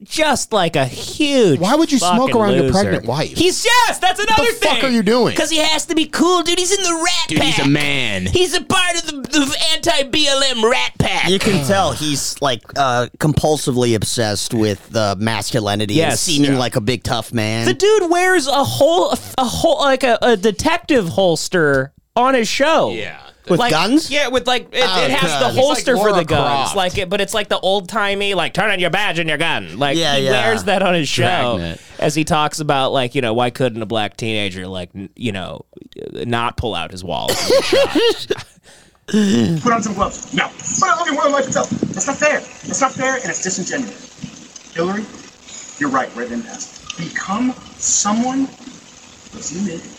Speaker 4: Just like a huge.
Speaker 3: Why would you smoke
Speaker 4: fucking
Speaker 3: around your
Speaker 4: loser.
Speaker 3: pregnant wife?
Speaker 4: He's yes, that's another
Speaker 3: the
Speaker 4: thing.
Speaker 3: fuck are you doing?
Speaker 4: Because he has to be cool, dude. He's in the rat
Speaker 3: Dude,
Speaker 4: pack.
Speaker 3: he's a man.
Speaker 4: He's a part of the, the anti BLM rat pack.
Speaker 5: You can tell he's like uh, compulsively obsessed with uh, masculinity and
Speaker 4: Yes.
Speaker 5: seeming like a big tough man.
Speaker 4: The dude wears a whole a whole like a, a detective holster on his show. Yeah.
Speaker 5: With guns?
Speaker 4: Yeah, with like it,
Speaker 5: Oh,
Speaker 4: it has
Speaker 5: God. He's
Speaker 4: the
Speaker 5: like
Speaker 4: holster for
Speaker 5: Laura
Speaker 4: the guns,
Speaker 5: Croft.
Speaker 4: like it, but it's like the old timey, like turn on your badge and your gun. Like
Speaker 5: Yeah,
Speaker 4: he
Speaker 5: yeah.
Speaker 4: wears that on his show
Speaker 3: Dragnet.
Speaker 4: as he talks about like you know why couldn't a black teenager like n- you know not pull out his wallet?
Speaker 5: *laughs*
Speaker 10: Put on some gloves. No, but I love you more than life itself. That's not fair. That's not fair, and it's disingenuous. Hillary, you're right. Red and ass. Become someone. Listen to me.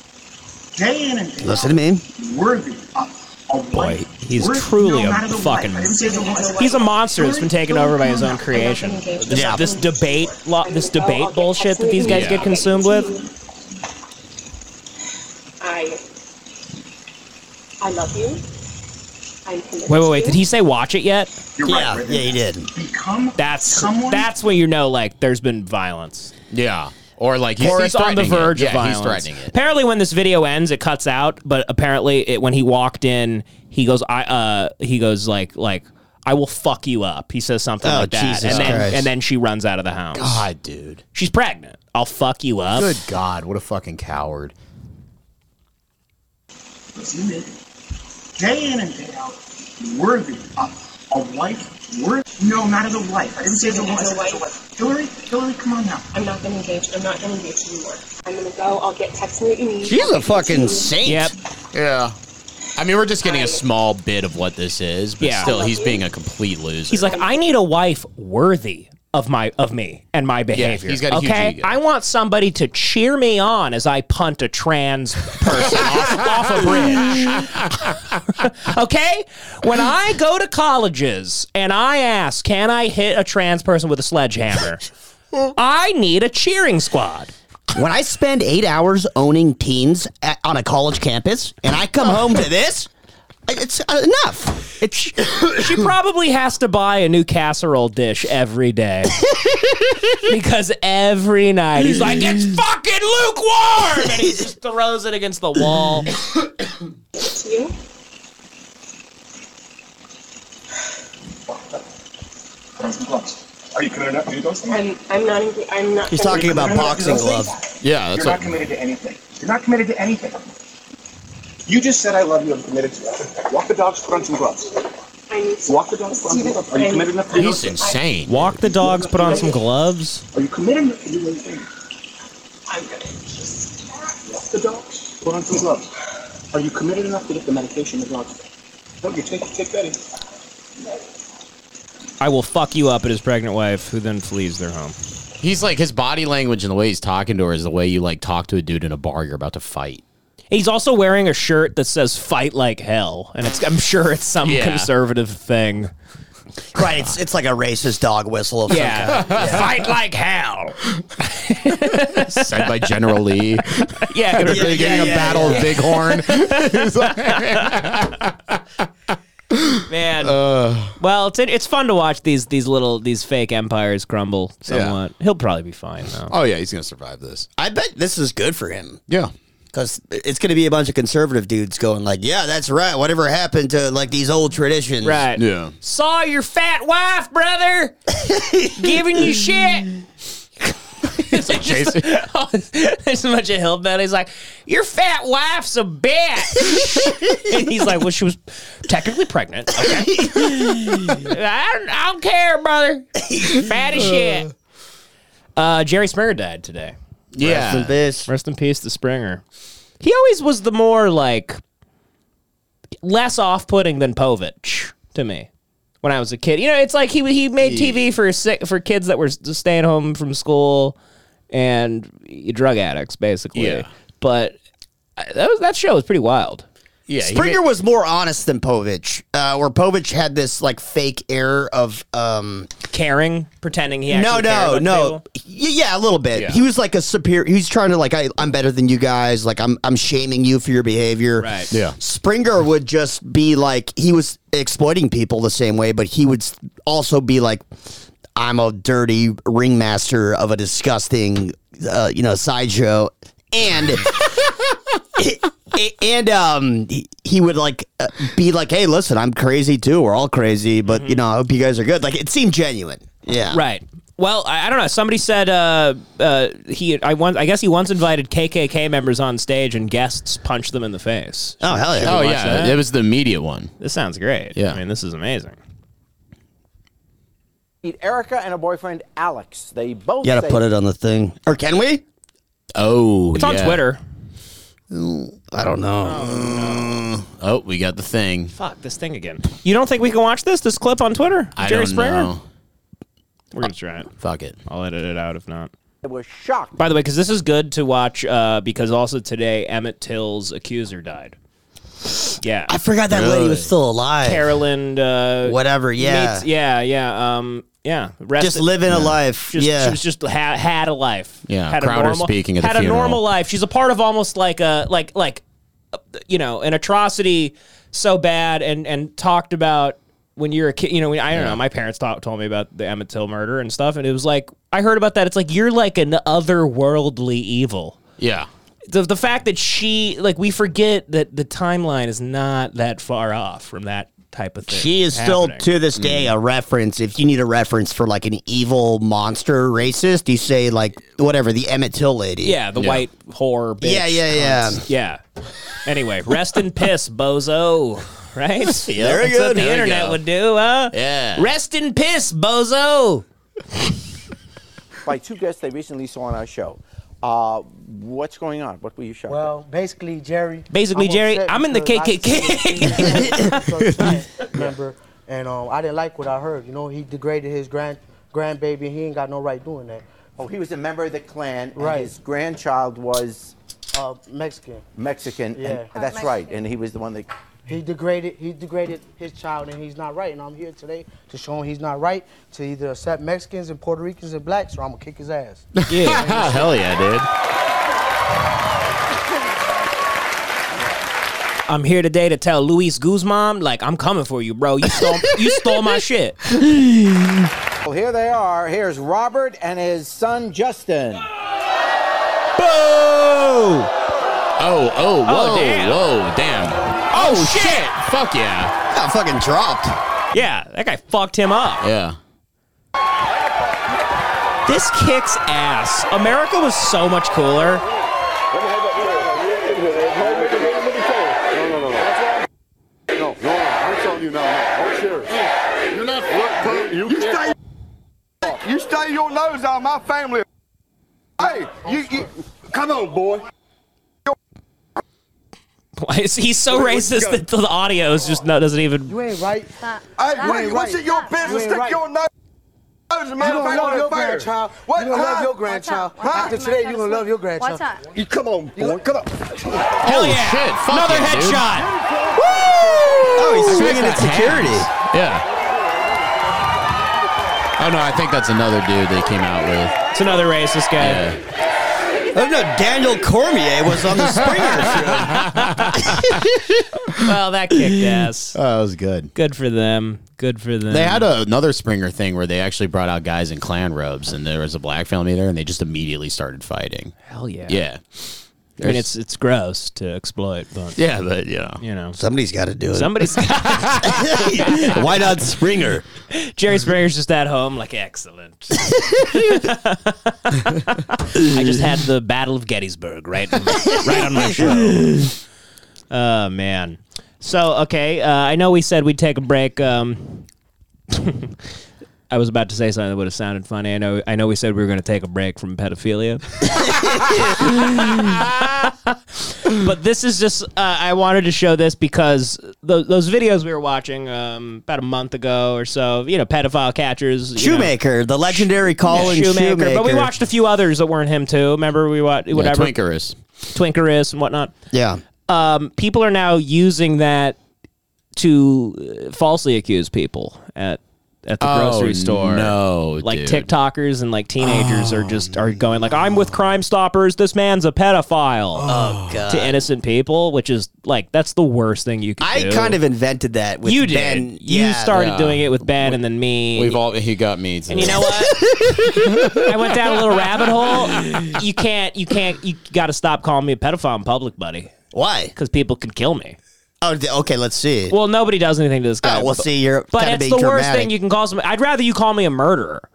Speaker 10: Day in and day
Speaker 5: Listen to me.
Speaker 10: out, worthy of a
Speaker 4: Boy,
Speaker 10: wife.
Speaker 4: he's
Speaker 10: Worthy-
Speaker 4: truly
Speaker 10: no,
Speaker 4: a
Speaker 10: not as
Speaker 4: fucking.
Speaker 10: wife. I didn't say as a wife.
Speaker 4: He's a monster that's been taken over by his own creation. This,
Speaker 5: Yeah.
Speaker 4: this debate, lo- this debate bullshit that these guys
Speaker 3: Yeah.
Speaker 4: get consumed with.
Speaker 9: I I love you. I'm committed
Speaker 4: Wait, wait, wait!
Speaker 9: to
Speaker 4: Did
Speaker 9: you.
Speaker 4: he say watch it yet?
Speaker 10: You're
Speaker 5: Yeah,
Speaker 10: right. Red
Speaker 5: yeah,
Speaker 10: and
Speaker 5: he
Speaker 10: ass.
Speaker 5: did.
Speaker 10: Become
Speaker 4: That's
Speaker 10: someone.
Speaker 4: that's when you know like there's been violence.
Speaker 3: Yeah. Or like he's,
Speaker 4: or
Speaker 3: he's
Speaker 4: it's on the
Speaker 3: threatening it.
Speaker 4: verge
Speaker 3: yeah,
Speaker 4: of violence.
Speaker 3: He's threatening it.
Speaker 4: Apparently, when this video ends, it cuts out. But apparently, it, when he walked in, he goes, "I," uh, he goes like, "like I will fuck you up." He says something
Speaker 5: Oh,
Speaker 4: like that,
Speaker 5: Jesus
Speaker 4: and then
Speaker 5: Christ.
Speaker 4: and then she runs out of the house.
Speaker 3: God, dude.
Speaker 4: She's pregnant. I'll fuck you up.
Speaker 3: Good God, what a fucking coward.
Speaker 10: Listen to me. Day in and day out, worthy of a wife. Worth? No, not as a wife. I didn't say as a wife.
Speaker 9: As a
Speaker 10: As a wife. Hillary, Hillary, come on now.
Speaker 9: I'm not gonna engage. I'm not gonna engage anymore. I'm gonna go. I'll get text me what you need.
Speaker 5: She's a fucking saint.
Speaker 4: Yep.
Speaker 3: Yeah. I mean, we're just getting a small bit of what this is, but
Speaker 4: Yeah.
Speaker 3: still, he's being a complete loser.
Speaker 4: He's like, I need a wife worthy of my of me and my behavior.
Speaker 3: he's got a huge
Speaker 4: okay,
Speaker 3: ego.
Speaker 4: I want somebody to cheer me on as I punt a trans
Speaker 3: *laughs*
Speaker 4: person off, off a bridge. *laughs* okay, when I go to colleges and I ask, can I hit a trans person with
Speaker 3: *laughs*
Speaker 4: a sledgehammer? I need a cheering squad.
Speaker 5: When I spend eight hours owning teens at, on a college campus and I come home to this, it's enough. It's
Speaker 4: She probably has to buy a new casserole dish every *laughs* day. because every night he's like, it's fucking lukewarm! And he just throws it against the wall.
Speaker 9: to you.
Speaker 10: Put on some gloves. Are you committed up to do those things?
Speaker 9: I'm I'm not engaged. I'm not.
Speaker 5: He's
Speaker 9: gonna-
Speaker 5: talking about boxing glove.
Speaker 3: yeah,
Speaker 10: You're
Speaker 3: that's
Speaker 10: not
Speaker 3: what.
Speaker 10: committed to anything. You're not committed to anything. You just said I love you. I'm committed to that. Walk the dogs. Put on some gloves.
Speaker 9: I need to
Speaker 10: Walk the dogs. Put on some gloves. Are you committed enough to do those
Speaker 3: He's
Speaker 10: things?
Speaker 3: insane.
Speaker 4: Walk the *laughs* dogs, put on some gloves.
Speaker 10: Are you committed enough to do those things?
Speaker 9: I'm gonna just.
Speaker 10: Walk the dogs. Put on some gloves. Are you committed enough to get the medication the dogs take? No, you take take Betty.
Speaker 12: I will fuck you up at his pregnant wife, who then flees their home.
Speaker 3: He's like, his body language and the way he's talking to her is the way you like talk to a dude in a bar you're about to fight.
Speaker 4: He's also wearing a shirt that says fight like hell. And it's I'm sure it's some
Speaker 3: Yeah.
Speaker 4: conservative thing.
Speaker 5: right. It's it's like a racist dog whistle. Of some kind.
Speaker 4: Yeah. *laughs* Fight like hell.
Speaker 3: Said by General Lee.
Speaker 4: *laughs* Yeah.
Speaker 3: They're
Speaker 5: yeah,
Speaker 3: getting a
Speaker 5: yeah,
Speaker 3: battle of Bighorn. He's like-
Speaker 4: Man. well, it's it's fun to watch these these little these fake empires crumble somewhat. He'll probably be fine though.
Speaker 3: *laughs* Oh yeah, he's gonna survive this.
Speaker 5: I bet this is good for him.
Speaker 3: Yeah.
Speaker 5: Because it's going to be a bunch of conservative dudes going like, yeah, that's right. Whatever happened to like these old traditions?
Speaker 4: Right.
Speaker 3: Yeah.
Speaker 4: Saw your fat wife, brother, giving you shit. It's *laughs* just, there's a bunch of hillbillies like, your fat wife's a bitch. and he's like, well, she was technically pregnant. Okay. I, don't, I don't care, brother. Fat as shit. Uh, Jerry Springer died today.
Speaker 5: Yeah. Rest in peace.
Speaker 4: Rest in peace to Springer. He always was the more like less off-putting than Povich to me when I was a kid. You know, it's like he he made TV for sick for kids that were s- staying home from school and y- drug addicts basically.
Speaker 3: Yeah.
Speaker 4: But uh, that was, that show was pretty wild.
Speaker 3: Yeah. he
Speaker 5: Springer
Speaker 3: made-
Speaker 5: was more honest than Povich, uh, where Povich had this like fake air of um,
Speaker 4: Caring, pretending he
Speaker 5: no,
Speaker 4: actually cared
Speaker 5: no,
Speaker 4: about
Speaker 5: no,
Speaker 4: people.
Speaker 5: Y- yeah, a little bit.
Speaker 3: Yeah.
Speaker 5: He was like a superior. He was trying to like, I, I'm better than you guys. Like I'm, I'm shaming you for your behavior.
Speaker 13: Right.
Speaker 3: Yeah.
Speaker 5: Springer would just be like, he was exploiting people the same way, but he would s- also be like, I'm a dirty ringmaster of a disgusting, uh, you know, sideshow, and. *laughs* and um, he- he would like uh, be like, "Hey, listen, I'm crazy too. We're all crazy, but
Speaker 3: Mm-hmm.
Speaker 5: you know, I hope you guys are good." Like, it seemed genuine. Yeah,
Speaker 4: Right. Well, I, I don't know. Somebody said uh, uh, he. I once. I guess he once invited KKK members on stage and guests punched them in the face.
Speaker 5: Oh hell yeah!
Speaker 3: Oh
Speaker 4: watch
Speaker 3: yeah,
Speaker 4: that?
Speaker 3: it was the media one.
Speaker 4: This sounds great.
Speaker 3: Yeah.
Speaker 4: I mean, this is amazing.
Speaker 10: meet Erica and her boyfriend Alex. They both
Speaker 5: You gotta
Speaker 10: say
Speaker 5: put it on the thing. Or can we?
Speaker 3: Oh,
Speaker 4: It's on
Speaker 3: yeah.
Speaker 4: Twitter.
Speaker 5: I don't know.
Speaker 3: Oh, we got the thing.
Speaker 4: Fuck this thing again. You don't think we can watch this? This clip on Twitter?
Speaker 3: I
Speaker 4: Jerry
Speaker 3: don't
Speaker 4: Springer?
Speaker 3: know.
Speaker 4: We're gonna try it.
Speaker 3: Fuck it.
Speaker 4: I'll edit it out if not.
Speaker 10: they were shocked
Speaker 4: By the way, because this is good to watch. Uh, because also today Emmett Till's accuser died. Yeah,
Speaker 5: I forgot that lady was still alive.
Speaker 4: Carolyn. Uh,
Speaker 5: Whatever, yeah.
Speaker 4: Meets, yeah, yeah. Um, yeah. Rest
Speaker 5: just living a life.
Speaker 4: Just,
Speaker 5: yeah.
Speaker 4: She was just ha- had a life.
Speaker 3: Yeah,
Speaker 4: had
Speaker 3: Crowder speaking at the
Speaker 4: had a
Speaker 3: funeral.
Speaker 4: normal life. She's a part of almost like a like like uh, you know an atrocity so bad and and talked about when you're a kid. You know, when, I don't know. My parents taught, told me about the Emmett Till murder and stuff, and it was like I heard about that. It's like you're like an otherworldly evil.
Speaker 3: Yeah.
Speaker 4: The, the fact that she like we forget that the timeline is not that far off from that type of thing.
Speaker 5: She is still
Speaker 4: happening.
Speaker 5: to this day
Speaker 4: Mm-hmm.
Speaker 5: a reference. If you need a reference for like an evil monster racist, you say like whatever the Emmett Till lady.
Speaker 4: Yeah, the
Speaker 3: Yeah.
Speaker 4: white whore bitch.
Speaker 5: Yeah, yeah, yeah.
Speaker 4: cunts. *laughs* Yeah. Anyway, rest in piss, bozo. Right?
Speaker 5: Very
Speaker 4: That's what
Speaker 5: good.
Speaker 4: the
Speaker 5: There we
Speaker 4: internet
Speaker 5: go.
Speaker 4: would do, huh?
Speaker 3: Yeah.
Speaker 4: Rest in piss, bozo.
Speaker 10: by two guests they recently saw on our show. Uh, what's going on? What were you shocked?
Speaker 9: Well, basically, Jerry.
Speaker 4: Basically, Jerry,
Speaker 9: upset
Speaker 4: I'm in the
Speaker 9: because
Speaker 4: *laughs*
Speaker 9: I *laughs*
Speaker 4: KKK.
Speaker 9: seen him as a member, and um, I didn't like what I heard. You know, he degraded his grand grandbaby, and he ain't got no right doing that.
Speaker 10: Oh, he was a member of the Klan,
Speaker 9: Right.
Speaker 10: and his grandchild was
Speaker 9: Uh, Mexican.
Speaker 10: Mexican.
Speaker 9: Yeah.
Speaker 10: and
Speaker 9: Oh,
Speaker 10: that's
Speaker 9: Mexican.
Speaker 10: right, and he was the one that.
Speaker 9: He degraded. He degraded his child, and he's not right. And I'm here today to show him he's not right. To either accept Mexicans and Puerto Ricans and blacks, or I'm gonna kick his ass.
Speaker 3: Yeah. Hell yeah, dude.
Speaker 4: I'm here today to tell Luis Guzman, like, I'm coming for you, bro. You stole, you stole my shit.
Speaker 10: Well, here they are. Here's Robert and his son Justin.
Speaker 3: Oh, oh, whoa,
Speaker 4: damn.
Speaker 3: whoa, damn. Oh, shit. Fuck yeah.
Speaker 5: Got fucking dropped.
Speaker 4: Yeah, that guy fucked him up.
Speaker 3: Yeah.
Speaker 4: This kicks ass. America was so much cooler. *laughs*
Speaker 8: No, no, I'm telling you now, no. I'm serious. You're not what, bro? You, stay. You stay your nose out of my family. Hey, you, you come on, boy.
Speaker 4: He's so racist that the audio is just no, doesn't even
Speaker 9: You ain't right.
Speaker 8: Hey,
Speaker 9: You
Speaker 8: what,
Speaker 9: ain't
Speaker 8: what's
Speaker 9: right.
Speaker 8: in your
Speaker 9: You
Speaker 8: business?
Speaker 9: ain't
Speaker 8: Stick
Speaker 9: right.
Speaker 8: your nose. Nose in my
Speaker 9: You gonna
Speaker 8: family
Speaker 9: love your
Speaker 8: affair.
Speaker 9: grandchild.
Speaker 8: What?
Speaker 9: You gonna love
Speaker 8: huh?
Speaker 9: your grandchild.
Speaker 8: Huh?
Speaker 9: After today, you gonna love your grandchild.
Speaker 8: You come on, boy. Come on.
Speaker 4: Hell yeah.
Speaker 3: Shit. Fuck
Speaker 4: Another
Speaker 3: yeah, dude.
Speaker 4: headshot.
Speaker 5: Oh, he's
Speaker 3: Check
Speaker 5: swinging
Speaker 3: the
Speaker 5: at security.
Speaker 3: hands. Yeah. Oh, no, I think that's another dude they came out with.
Speaker 4: It's another racist guy.
Speaker 3: Yeah.
Speaker 5: I don't know. Oh, Daniel Cormier was on the
Speaker 10: *laughs*
Speaker 5: Springer show.
Speaker 4: well, that kicked ass.
Speaker 3: *laughs* Oh, that was good.
Speaker 4: Good for them. Good for them.
Speaker 3: They had a, another Springer thing where they actually brought out guys in clan robes, and there was a black family there, and they just immediately started fighting.
Speaker 4: Hell yeah.
Speaker 3: Yeah.
Speaker 4: I mean, it's it's gross to exploit, but
Speaker 3: Yeah, but, you know.
Speaker 4: you know,
Speaker 5: somebody's got to do
Speaker 3: *laughs*
Speaker 5: it.
Speaker 4: Somebody's
Speaker 5: *laughs* Why not Springer?
Speaker 4: Jerry Springer's just at home,
Speaker 3: *laughs*
Speaker 4: like excellent. *laughs* I just had the Battle of Gettysburg right, right on
Speaker 5: *laughs*
Speaker 4: my show. Oh man. So okay, uh, I know we said we'd take a break. Um, *laughs* I was about to say something that would have sounded funny. I know. I know we said we were going to take a break from pedophilia. *laughs* but this is just uh, I wanted to show this because th- those videos we were watching um, about a month ago or so, you know, pedophile catchers, you know.
Speaker 5: Shoemaker, the legendary Colin Shoemaker.
Speaker 4: But we watched a few others that weren't him too. Remember we watched whatever
Speaker 3: Twinkerous.
Speaker 4: Twinkerous and whatnot.
Speaker 5: Yeah.
Speaker 4: Um, people are now using that to uh, falsely accuse people at at the
Speaker 3: Oh,
Speaker 4: grocery store.
Speaker 3: no,
Speaker 4: like
Speaker 3: dude.
Speaker 4: TikTokers and like teenagers are just are going like, "I'm with Crime Stoppers. This man's a pedophile." Uh,
Speaker 5: Oh, God.
Speaker 4: To innocent people, which is like that's the worst thing you can.
Speaker 5: I
Speaker 4: do.
Speaker 5: kind of invented that with
Speaker 4: you did.
Speaker 5: Ben.
Speaker 4: you
Speaker 5: Yeah.
Speaker 4: started
Speaker 3: yeah.
Speaker 4: doing it with Ben and then me.
Speaker 3: We've all, he got me. Too.
Speaker 4: And you know what? I went down a little rabbit hole. You can't, you can't, you got to stop calling me a pedophile in public, buddy.
Speaker 5: Why?
Speaker 4: Because people can kill me.
Speaker 5: Oh, d- okay. Let's see.
Speaker 4: Well, nobody does anything to this guy.
Speaker 5: Oh, well, see, you're
Speaker 4: but
Speaker 5: kinda
Speaker 4: it's the
Speaker 5: being
Speaker 4: worst
Speaker 5: dramatic.
Speaker 4: thing you can call somebody. I'd rather you call me a murderer.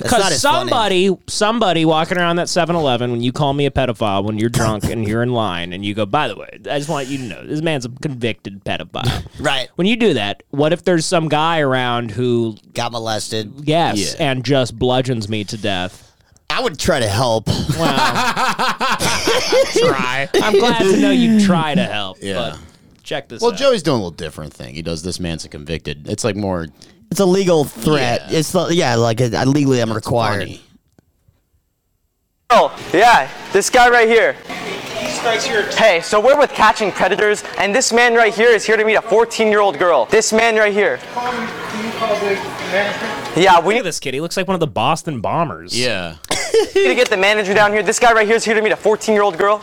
Speaker 5: That's not
Speaker 4: Because
Speaker 5: as funny.
Speaker 4: somebody, somebody walking around that 7-Eleven, when you call me a pedophile, when you're
Speaker 5: *laughs*
Speaker 4: drunk and you're in line, and you go, "By the way, I just want you to know this man's a convicted
Speaker 5: *laughs*
Speaker 4: pedophile."
Speaker 5: Right.
Speaker 4: When you do that, what if there's some guy around who
Speaker 5: Got molested.
Speaker 4: Yes, and just bludgeons me to death.
Speaker 5: I would try to help.
Speaker 3: try.
Speaker 4: *laughs* I'm glad to know you try to help.
Speaker 3: Yeah.
Speaker 4: But check this
Speaker 3: Well,
Speaker 4: out.
Speaker 3: Joey's doing a little different thing. He does this man's a convicted. It's like more
Speaker 5: *laughs* It's a legal threat. It's the, yeah, like uh, legally I'm required.
Speaker 10: Oh, yeah, this guy right here. Hey, so we're with Catching Predators, and this man right here is here to meet a 14 year old girl. This man right here. Yeah, we
Speaker 4: Look at this kid. He looks like one of the Boston Bombers.
Speaker 3: Yeah.
Speaker 10: need to get the manager down here. This guy right here is here to meet a 14 year old girl.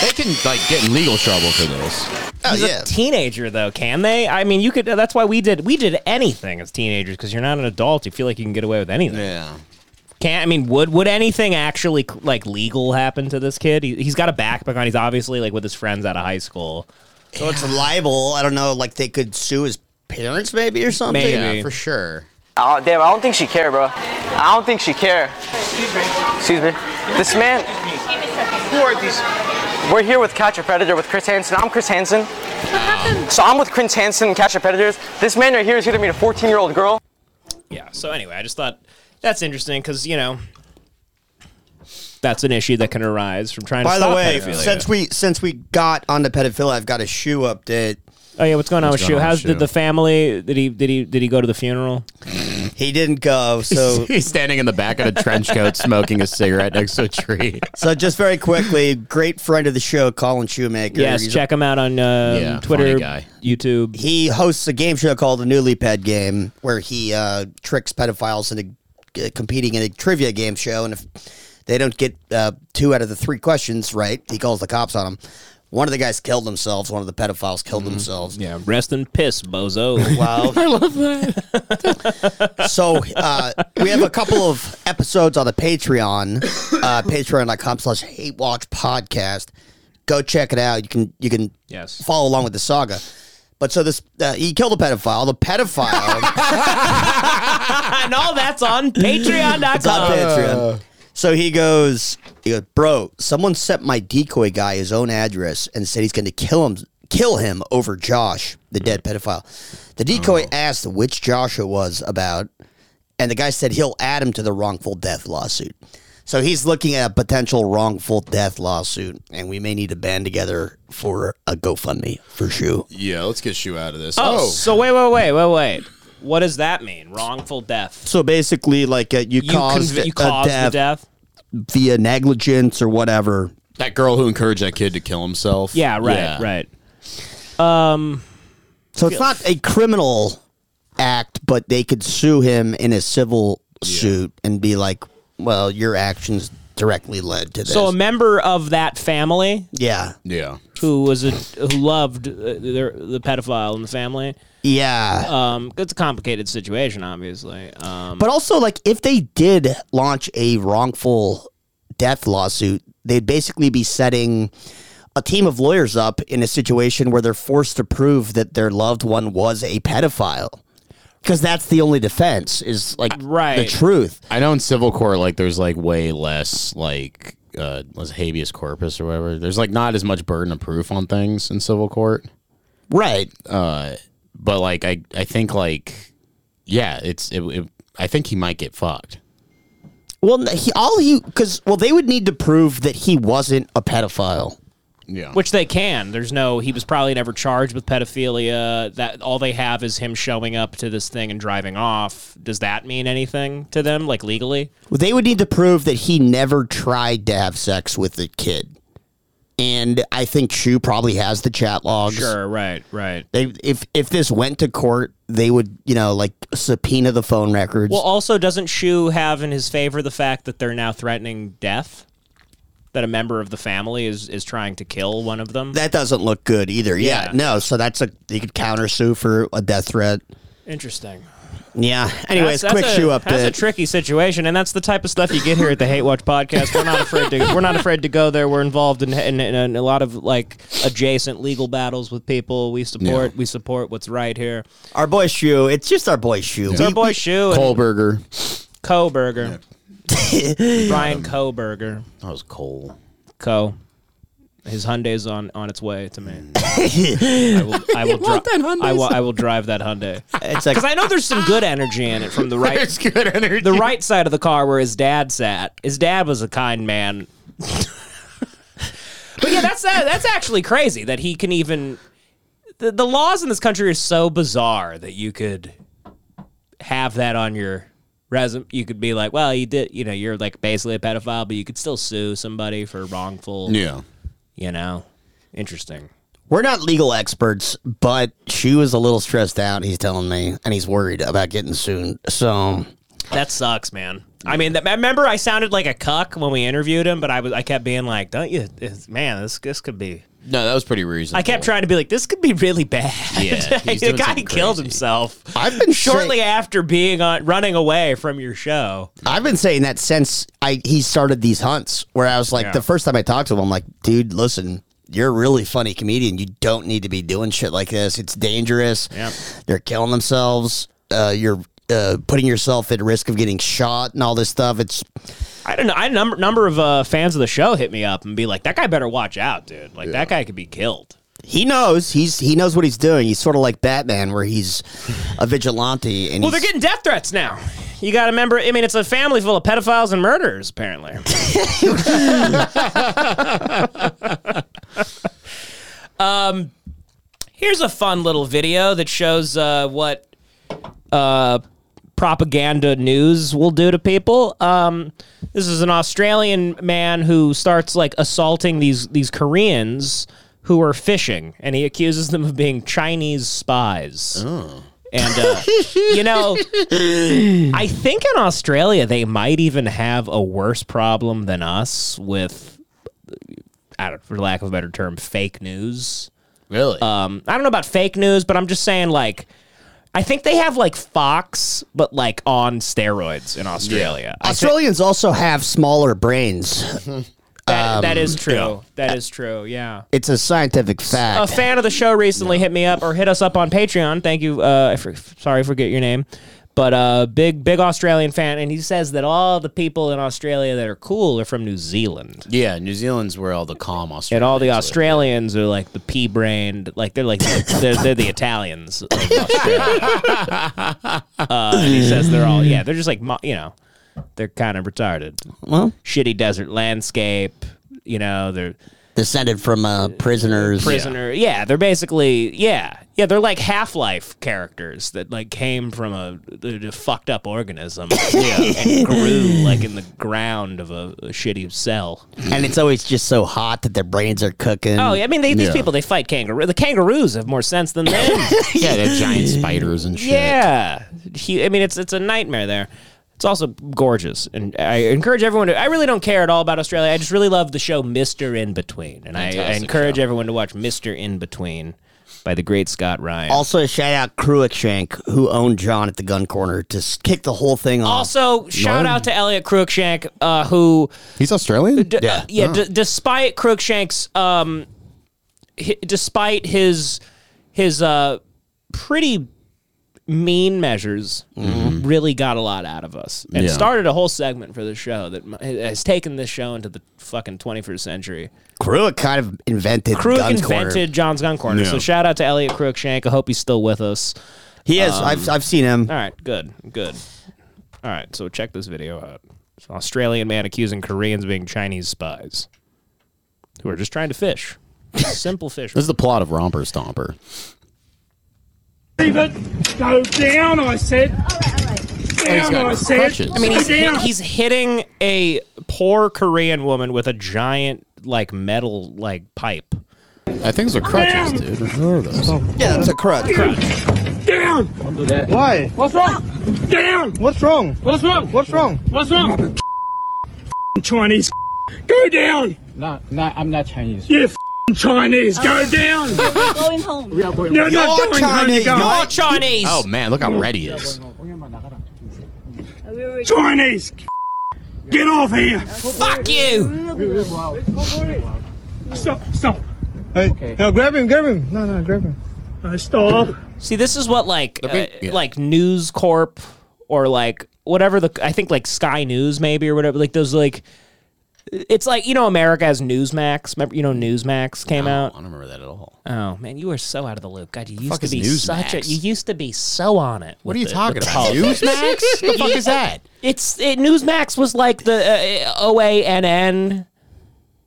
Speaker 3: They can like get in legal trouble for this.
Speaker 5: Oh,
Speaker 4: He's a teenager though, can they? I mean, you could. That's why we did. We did anything as teenagers because you're not an adult. You feel like you can get away with anything.
Speaker 3: Yeah.
Speaker 4: Can't. I mean, would would anything actually like legal happen to this kid? He, he's got a backpack on. He's obviously like with his friends out of high school.
Speaker 5: So it's libel. I don't know. Like they could sue his parents maybe or something.
Speaker 10: Maybe. Yeah, for
Speaker 3: sure.
Speaker 10: Oh, damn, I don't think she care, bro. I don't think she care. Excuse me. This man. Who are these? We're here with Catch a Predator with Chris Hansen. I'm Chris Hansen. What happened? So I'm with Chris Hansen and Catch a Predators. This man right here is here to meet a 14 year old girl.
Speaker 4: Yeah. So anyway, I just thought that's interesting because you know that's an issue that can arise from trying.
Speaker 5: By
Speaker 4: to
Speaker 5: the
Speaker 4: stop
Speaker 5: way,
Speaker 4: pedophilia.
Speaker 5: since we since we got onto pedophilia, I've got a shoe update.
Speaker 4: Oh yeah, what's going on
Speaker 5: What's
Speaker 4: with
Speaker 5: going
Speaker 4: Shu?
Speaker 5: on with
Speaker 4: How's
Speaker 5: Shu?
Speaker 4: did the family? Did he did he did he go to the funeral?
Speaker 5: He didn't
Speaker 4: *laughs*
Speaker 5: go, so
Speaker 3: *laughs* He's standing in the back in a trench coat, smoking a cigarette next to a tree.
Speaker 5: So just very quickly, great friend of the show, Colin Shoemaker.
Speaker 4: Yes,
Speaker 5: He's a-
Speaker 4: check him out on um,
Speaker 5: Yeah,
Speaker 4: Twitter,
Speaker 5: funny guy.
Speaker 4: YouTube.
Speaker 5: He hosts a game show called the Newly Ped Game, where he uh, tricks pedophiles into uh, competing in a trivia game show, and if they don't get uh, two out of the three questions right, he calls the cops on them. One of the guys killed themselves. One of the pedophiles killed themselves.
Speaker 4: Mm-hmm. Yeah, rest in piss, *laughs* bozo.
Speaker 5: Wow.
Speaker 4: I love that.
Speaker 5: so uh, we have a couple of episodes on the Patreon, uh, patreon.com slash hate watch podcast. Go check it out. You can you can
Speaker 4: Yes.
Speaker 5: follow along with the saga. But so this uh, he killed a pedophile. The pedophile
Speaker 4: and all that's on Patreon.com.
Speaker 5: It's on Patreon. So he goes, he goes, bro. Someone sent my decoy guy his own address and said he's going to kill him, kill him over Josh, the dead pedophile. The decoy asked which Josh it was about, and the guy said he'll add him to the wrongful death lawsuit. So he's looking at a potential wrongful death lawsuit, and we may need to band together for a GoFundMe for Shoe.
Speaker 3: Yeah, let's get Shu out of this.
Speaker 4: Oh, so wait, wait, wait, wait, wait. What does that mean? Wrongful death.
Speaker 5: So basically, like uh, you,
Speaker 4: You
Speaker 5: caused
Speaker 4: conv- you
Speaker 5: a
Speaker 4: caused the death?
Speaker 5: via negligence or whatever.
Speaker 3: that girl who encouraged that kid to kill himself.
Speaker 4: Yeah, right, right. Um,
Speaker 5: So it's not a criminal act, but they could sue him in a civil suit and be like, well, your actions directly led to this.
Speaker 4: So a member of that family
Speaker 5: yeah.
Speaker 14: Yeah.
Speaker 4: who was a who loved uh, their, the pedophile in the family.
Speaker 5: Yeah.
Speaker 4: Um, it's a complicated situation, obviously. Um,
Speaker 5: But also, like, if they did launch a wrongful death lawsuit, they'd basically be setting a team of lawyers up in a situation where they're forced to prove that their loved one was a pedophile. Because that's the only defense is like the truth.
Speaker 14: I know in civil court, like there's like way less like uh was it habeas corpus or whatever. There's like not as much burden of proof on things in civil court.
Speaker 5: Right.
Speaker 14: Uh but like I I think like yeah, it's it, it I think he might get fucked.
Speaker 5: Well, he, all he because well, they would need to prove that he wasn't a pedophile.
Speaker 14: Yeah.
Speaker 4: Which they can. There's no. He was probably never charged with pedophilia. That all they have is him showing up to this thing and driving off. Does that mean anything to them, like legally?
Speaker 5: Well, They would need to prove that he never tried to have sex with the kid. And I think Shu probably has the chat logs.
Speaker 4: Sure. Right. Right.
Speaker 5: They if if this went to court, they would, you know, like subpoena the phone records.
Speaker 4: Well, also, doesn't Shu have in his favor the fact that they're now threatening death? That a member of the family is is trying to kill one of them.
Speaker 5: that doesn't look good either. Yeah.
Speaker 4: Yeah.
Speaker 5: No, so that's a they could counter sue for a death threat.
Speaker 4: Interesting.
Speaker 5: Yeah. Anyways,
Speaker 4: That's-
Speaker 5: quick
Speaker 4: that's a-
Speaker 5: Shu
Speaker 4: That's a
Speaker 5: update.
Speaker 4: tricky situation, and that's the type of stuff you get here at the Hate Watch podcast. We're not afraid to. We're not afraid to go there. We're involved in, in, in a lot of like adjacent legal battles with people. We support. We support what's right here.
Speaker 5: our boy Shu, it's just our boy Shu.
Speaker 4: It's our boy Shu and-
Speaker 14: Kohlberger.
Speaker 4: Koberger, Brian Koberger.
Speaker 14: That was Cole.
Speaker 4: Co. His Hyundai's on on its way to me. I will. I will,
Speaker 14: want
Speaker 4: dri-
Speaker 14: that Hyundai
Speaker 4: I will.
Speaker 14: so-
Speaker 4: I will drive
Speaker 14: *laughs*
Speaker 4: that Hyundai.
Speaker 5: It's
Speaker 4: Because *laughs*
Speaker 5: like-
Speaker 4: I know there's some good energy in it from the right.
Speaker 14: There's good energy.
Speaker 4: The right side of the car where his dad sat. His dad was a kind man. but yeah, that's that, that's actually crazy that he can even. The, the laws in this country are so bizarre that you could have that on your resume. You could be like, well, you did, you know, you're like basically a pedophile, but you could still sue somebody for wrongful.
Speaker 14: Yeah.
Speaker 4: You know, interesting.
Speaker 5: We're not legal experts, but Shu is a little stressed out, he's telling me, and he's worried about getting sued. So
Speaker 4: That sucks, man. I mean, that, I remember I sounded like a cuck when we interviewed him, but I was I kept being like, "Don't you, it's- man? This this could be."
Speaker 14: No, that was pretty reasonable.
Speaker 4: I kept trying to be like, "This could be really bad."
Speaker 14: Yeah, he's
Speaker 4: *laughs* the
Speaker 14: doing
Speaker 4: guy
Speaker 14: something
Speaker 4: killed
Speaker 14: crazy.
Speaker 4: himself.
Speaker 5: I've been
Speaker 4: shortly
Speaker 5: saying-
Speaker 4: after being on running away from your show.
Speaker 5: I've been saying that since I he started these hunts, where I was like,
Speaker 4: Yeah.
Speaker 5: the first time I talked to him, I'm like, dude, listen, you're a really funny comedian. You don't need to be doing shit like this. It's dangerous.
Speaker 4: Yeah.
Speaker 5: They're killing themselves. Uh, you're uh, putting yourself at risk of getting shot and all this stuff. It's
Speaker 4: I don't know. I number number of uh, fans of the show hit me up and be like, "That guy better watch out, dude. Like that guy could be killed."
Speaker 5: he knows he's he knows what he's doing. He's sort of like Batman, where he's a vigilante and
Speaker 4: Well, they're
Speaker 5: he's-
Speaker 4: getting death threats now. You got to remember. I mean, it's a family full of pedophiles and murderers,
Speaker 5: *laughs*
Speaker 4: apparently. um, here's a fun little video that shows uh, what uh, propaganda news will do to people. Um, this is an Australian man who starts like assaulting these these Koreans who are fishing, and he accuses them of being Chinese spies.
Speaker 5: Oh.
Speaker 4: And
Speaker 5: *laughs*
Speaker 4: uh, you know, I think in Australia they might even have a worse problem than us with, I don't, for lack of a better term, fake news.
Speaker 14: Really?
Speaker 4: Um, I don't know about fake news, but I'm just saying like. I think they have like Fox, but like on steroids in Australia. I think
Speaker 5: Australians also have smaller brains.
Speaker 4: that, that
Speaker 5: Um,
Speaker 4: is true.
Speaker 5: yeah.
Speaker 4: That is true. Yeah.
Speaker 5: It's a scientific fact.
Speaker 4: a fan of the show recently hit me up or hit us up on Patreon. Thank you. Uh, I for, sorry, I forget your name, but uh, big big Australian fan, and he says that all the people in Australia that are cool are from New Zealand,
Speaker 14: Yeah, New Zealand's where all the calm
Speaker 3: *laughs*
Speaker 14: Australians.
Speaker 4: and all the Australians are like the pea brained, like they're like they're, they're the Italians. Of Australia. uh, and he says they're all yeah, they're just like mo- you know, they're kind of retarded.
Speaker 5: Well-
Speaker 4: shitty desert landscape. You know, they're
Speaker 5: descended from uh, prisoners.
Speaker 4: prisoner. Yeah. they're basically yeah, yeah. They're like Half Life characters that like came from a, a fucked up *laughs* organism and grew like in the ground of a, a shitty cell.
Speaker 5: and it's always just so hot that their brains are cooking.
Speaker 4: Oh, yeah, I mean they, these people they fight kangaroo. The kangaroos have more sense than *laughs* them.
Speaker 14: yeah, they're giant spiders and shit.
Speaker 4: yeah, He- I mean it's it's a nightmare there. It's also gorgeous, and I encourage everyone to. I really don't care at all about Australia. I just really love the show Mister In Between, and I, I
Speaker 5: Fantastic
Speaker 4: encourage everyone to watch Mister In Between by the great Scott Ryan.
Speaker 5: Also, shout out Cruikshank, who owned John at the gun corner to s- kick the whole thing off.
Speaker 4: Also, shout out to Elliot Cruikshank, uh, who uh,
Speaker 5: he's Australian. yeah, Oh.
Speaker 4: yeah, d- despite Crookshank's, um, hi despite his his uh, pretty mean measures,
Speaker 5: Mm-hmm.
Speaker 4: really got a lot out of us, and
Speaker 3: Yeah.
Speaker 4: started a whole segment for the show that m- has taken this show into the fucking 21st century.
Speaker 5: Cruick kind of invented
Speaker 4: Crook
Speaker 5: gun
Speaker 4: invented
Speaker 5: corner.
Speaker 4: John's Gun Corner,
Speaker 5: Yeah.
Speaker 4: so shout out to Elliot Crookshank. I hope he's still with us.
Speaker 5: He is. I've- I've seen him.
Speaker 4: um, All right, good, good. All right, so check this video out. It's an Australian man accusing Koreans of being Chinese spies who are just trying to fish. Simple fish.
Speaker 3: This is the plot of Romper Stomper.
Speaker 15: Leave it. Go down, I said. Down, I said.
Speaker 4: I mean, he's,
Speaker 15: Down.
Speaker 4: he- he's hitting a poor Korean woman with a giant, like, metal, like, pipe.
Speaker 3: I think those are crutches,
Speaker 4: *laughs*
Speaker 3: dude. What are those?
Speaker 5: Yeah, that's a crutch.
Speaker 15: Down.
Speaker 16: Why?
Speaker 15: What's wrong? Down.
Speaker 16: What's wrong?
Speaker 15: What's wrong?
Speaker 16: What's wrong?
Speaker 15: What's wrong? Chinese. Go down. No, no, I'm not Chinese. You f***ing Chinese. Go down.
Speaker 9: We're going home.
Speaker 15: You're not going home. You're going.
Speaker 3: Oh man, look how red
Speaker 14: *laughs*
Speaker 3: he is.
Speaker 15: Chinese. Get off here.
Speaker 4: Fuck you.
Speaker 15: Stop. Stop.
Speaker 16: Hey, no, grab him, grab him. No, no, grab him.
Speaker 15: stop.
Speaker 4: See, this is what, like, uh,
Speaker 15: big- yeah.
Speaker 4: like News Corp or, like, whatever the, I think, like, Sky News maybe or whatever, like, those, like, it's like, you know, America has Newsmax. Remember, you know, Newsmax came out?
Speaker 3: I don't remember that at all.
Speaker 4: Oh man, you are so out of the loop. God, you used
Speaker 3: fuck
Speaker 4: to
Speaker 3: is
Speaker 4: be such a
Speaker 3: Newsmax?
Speaker 4: you used to be so on it.
Speaker 3: What
Speaker 4: with
Speaker 3: are you
Speaker 4: the-
Speaker 3: talking
Speaker 4: with the
Speaker 3: about?
Speaker 4: politics.
Speaker 3: Newsmax? The fuck is that?
Speaker 4: It's it, Newsmax was like the uh, OANN.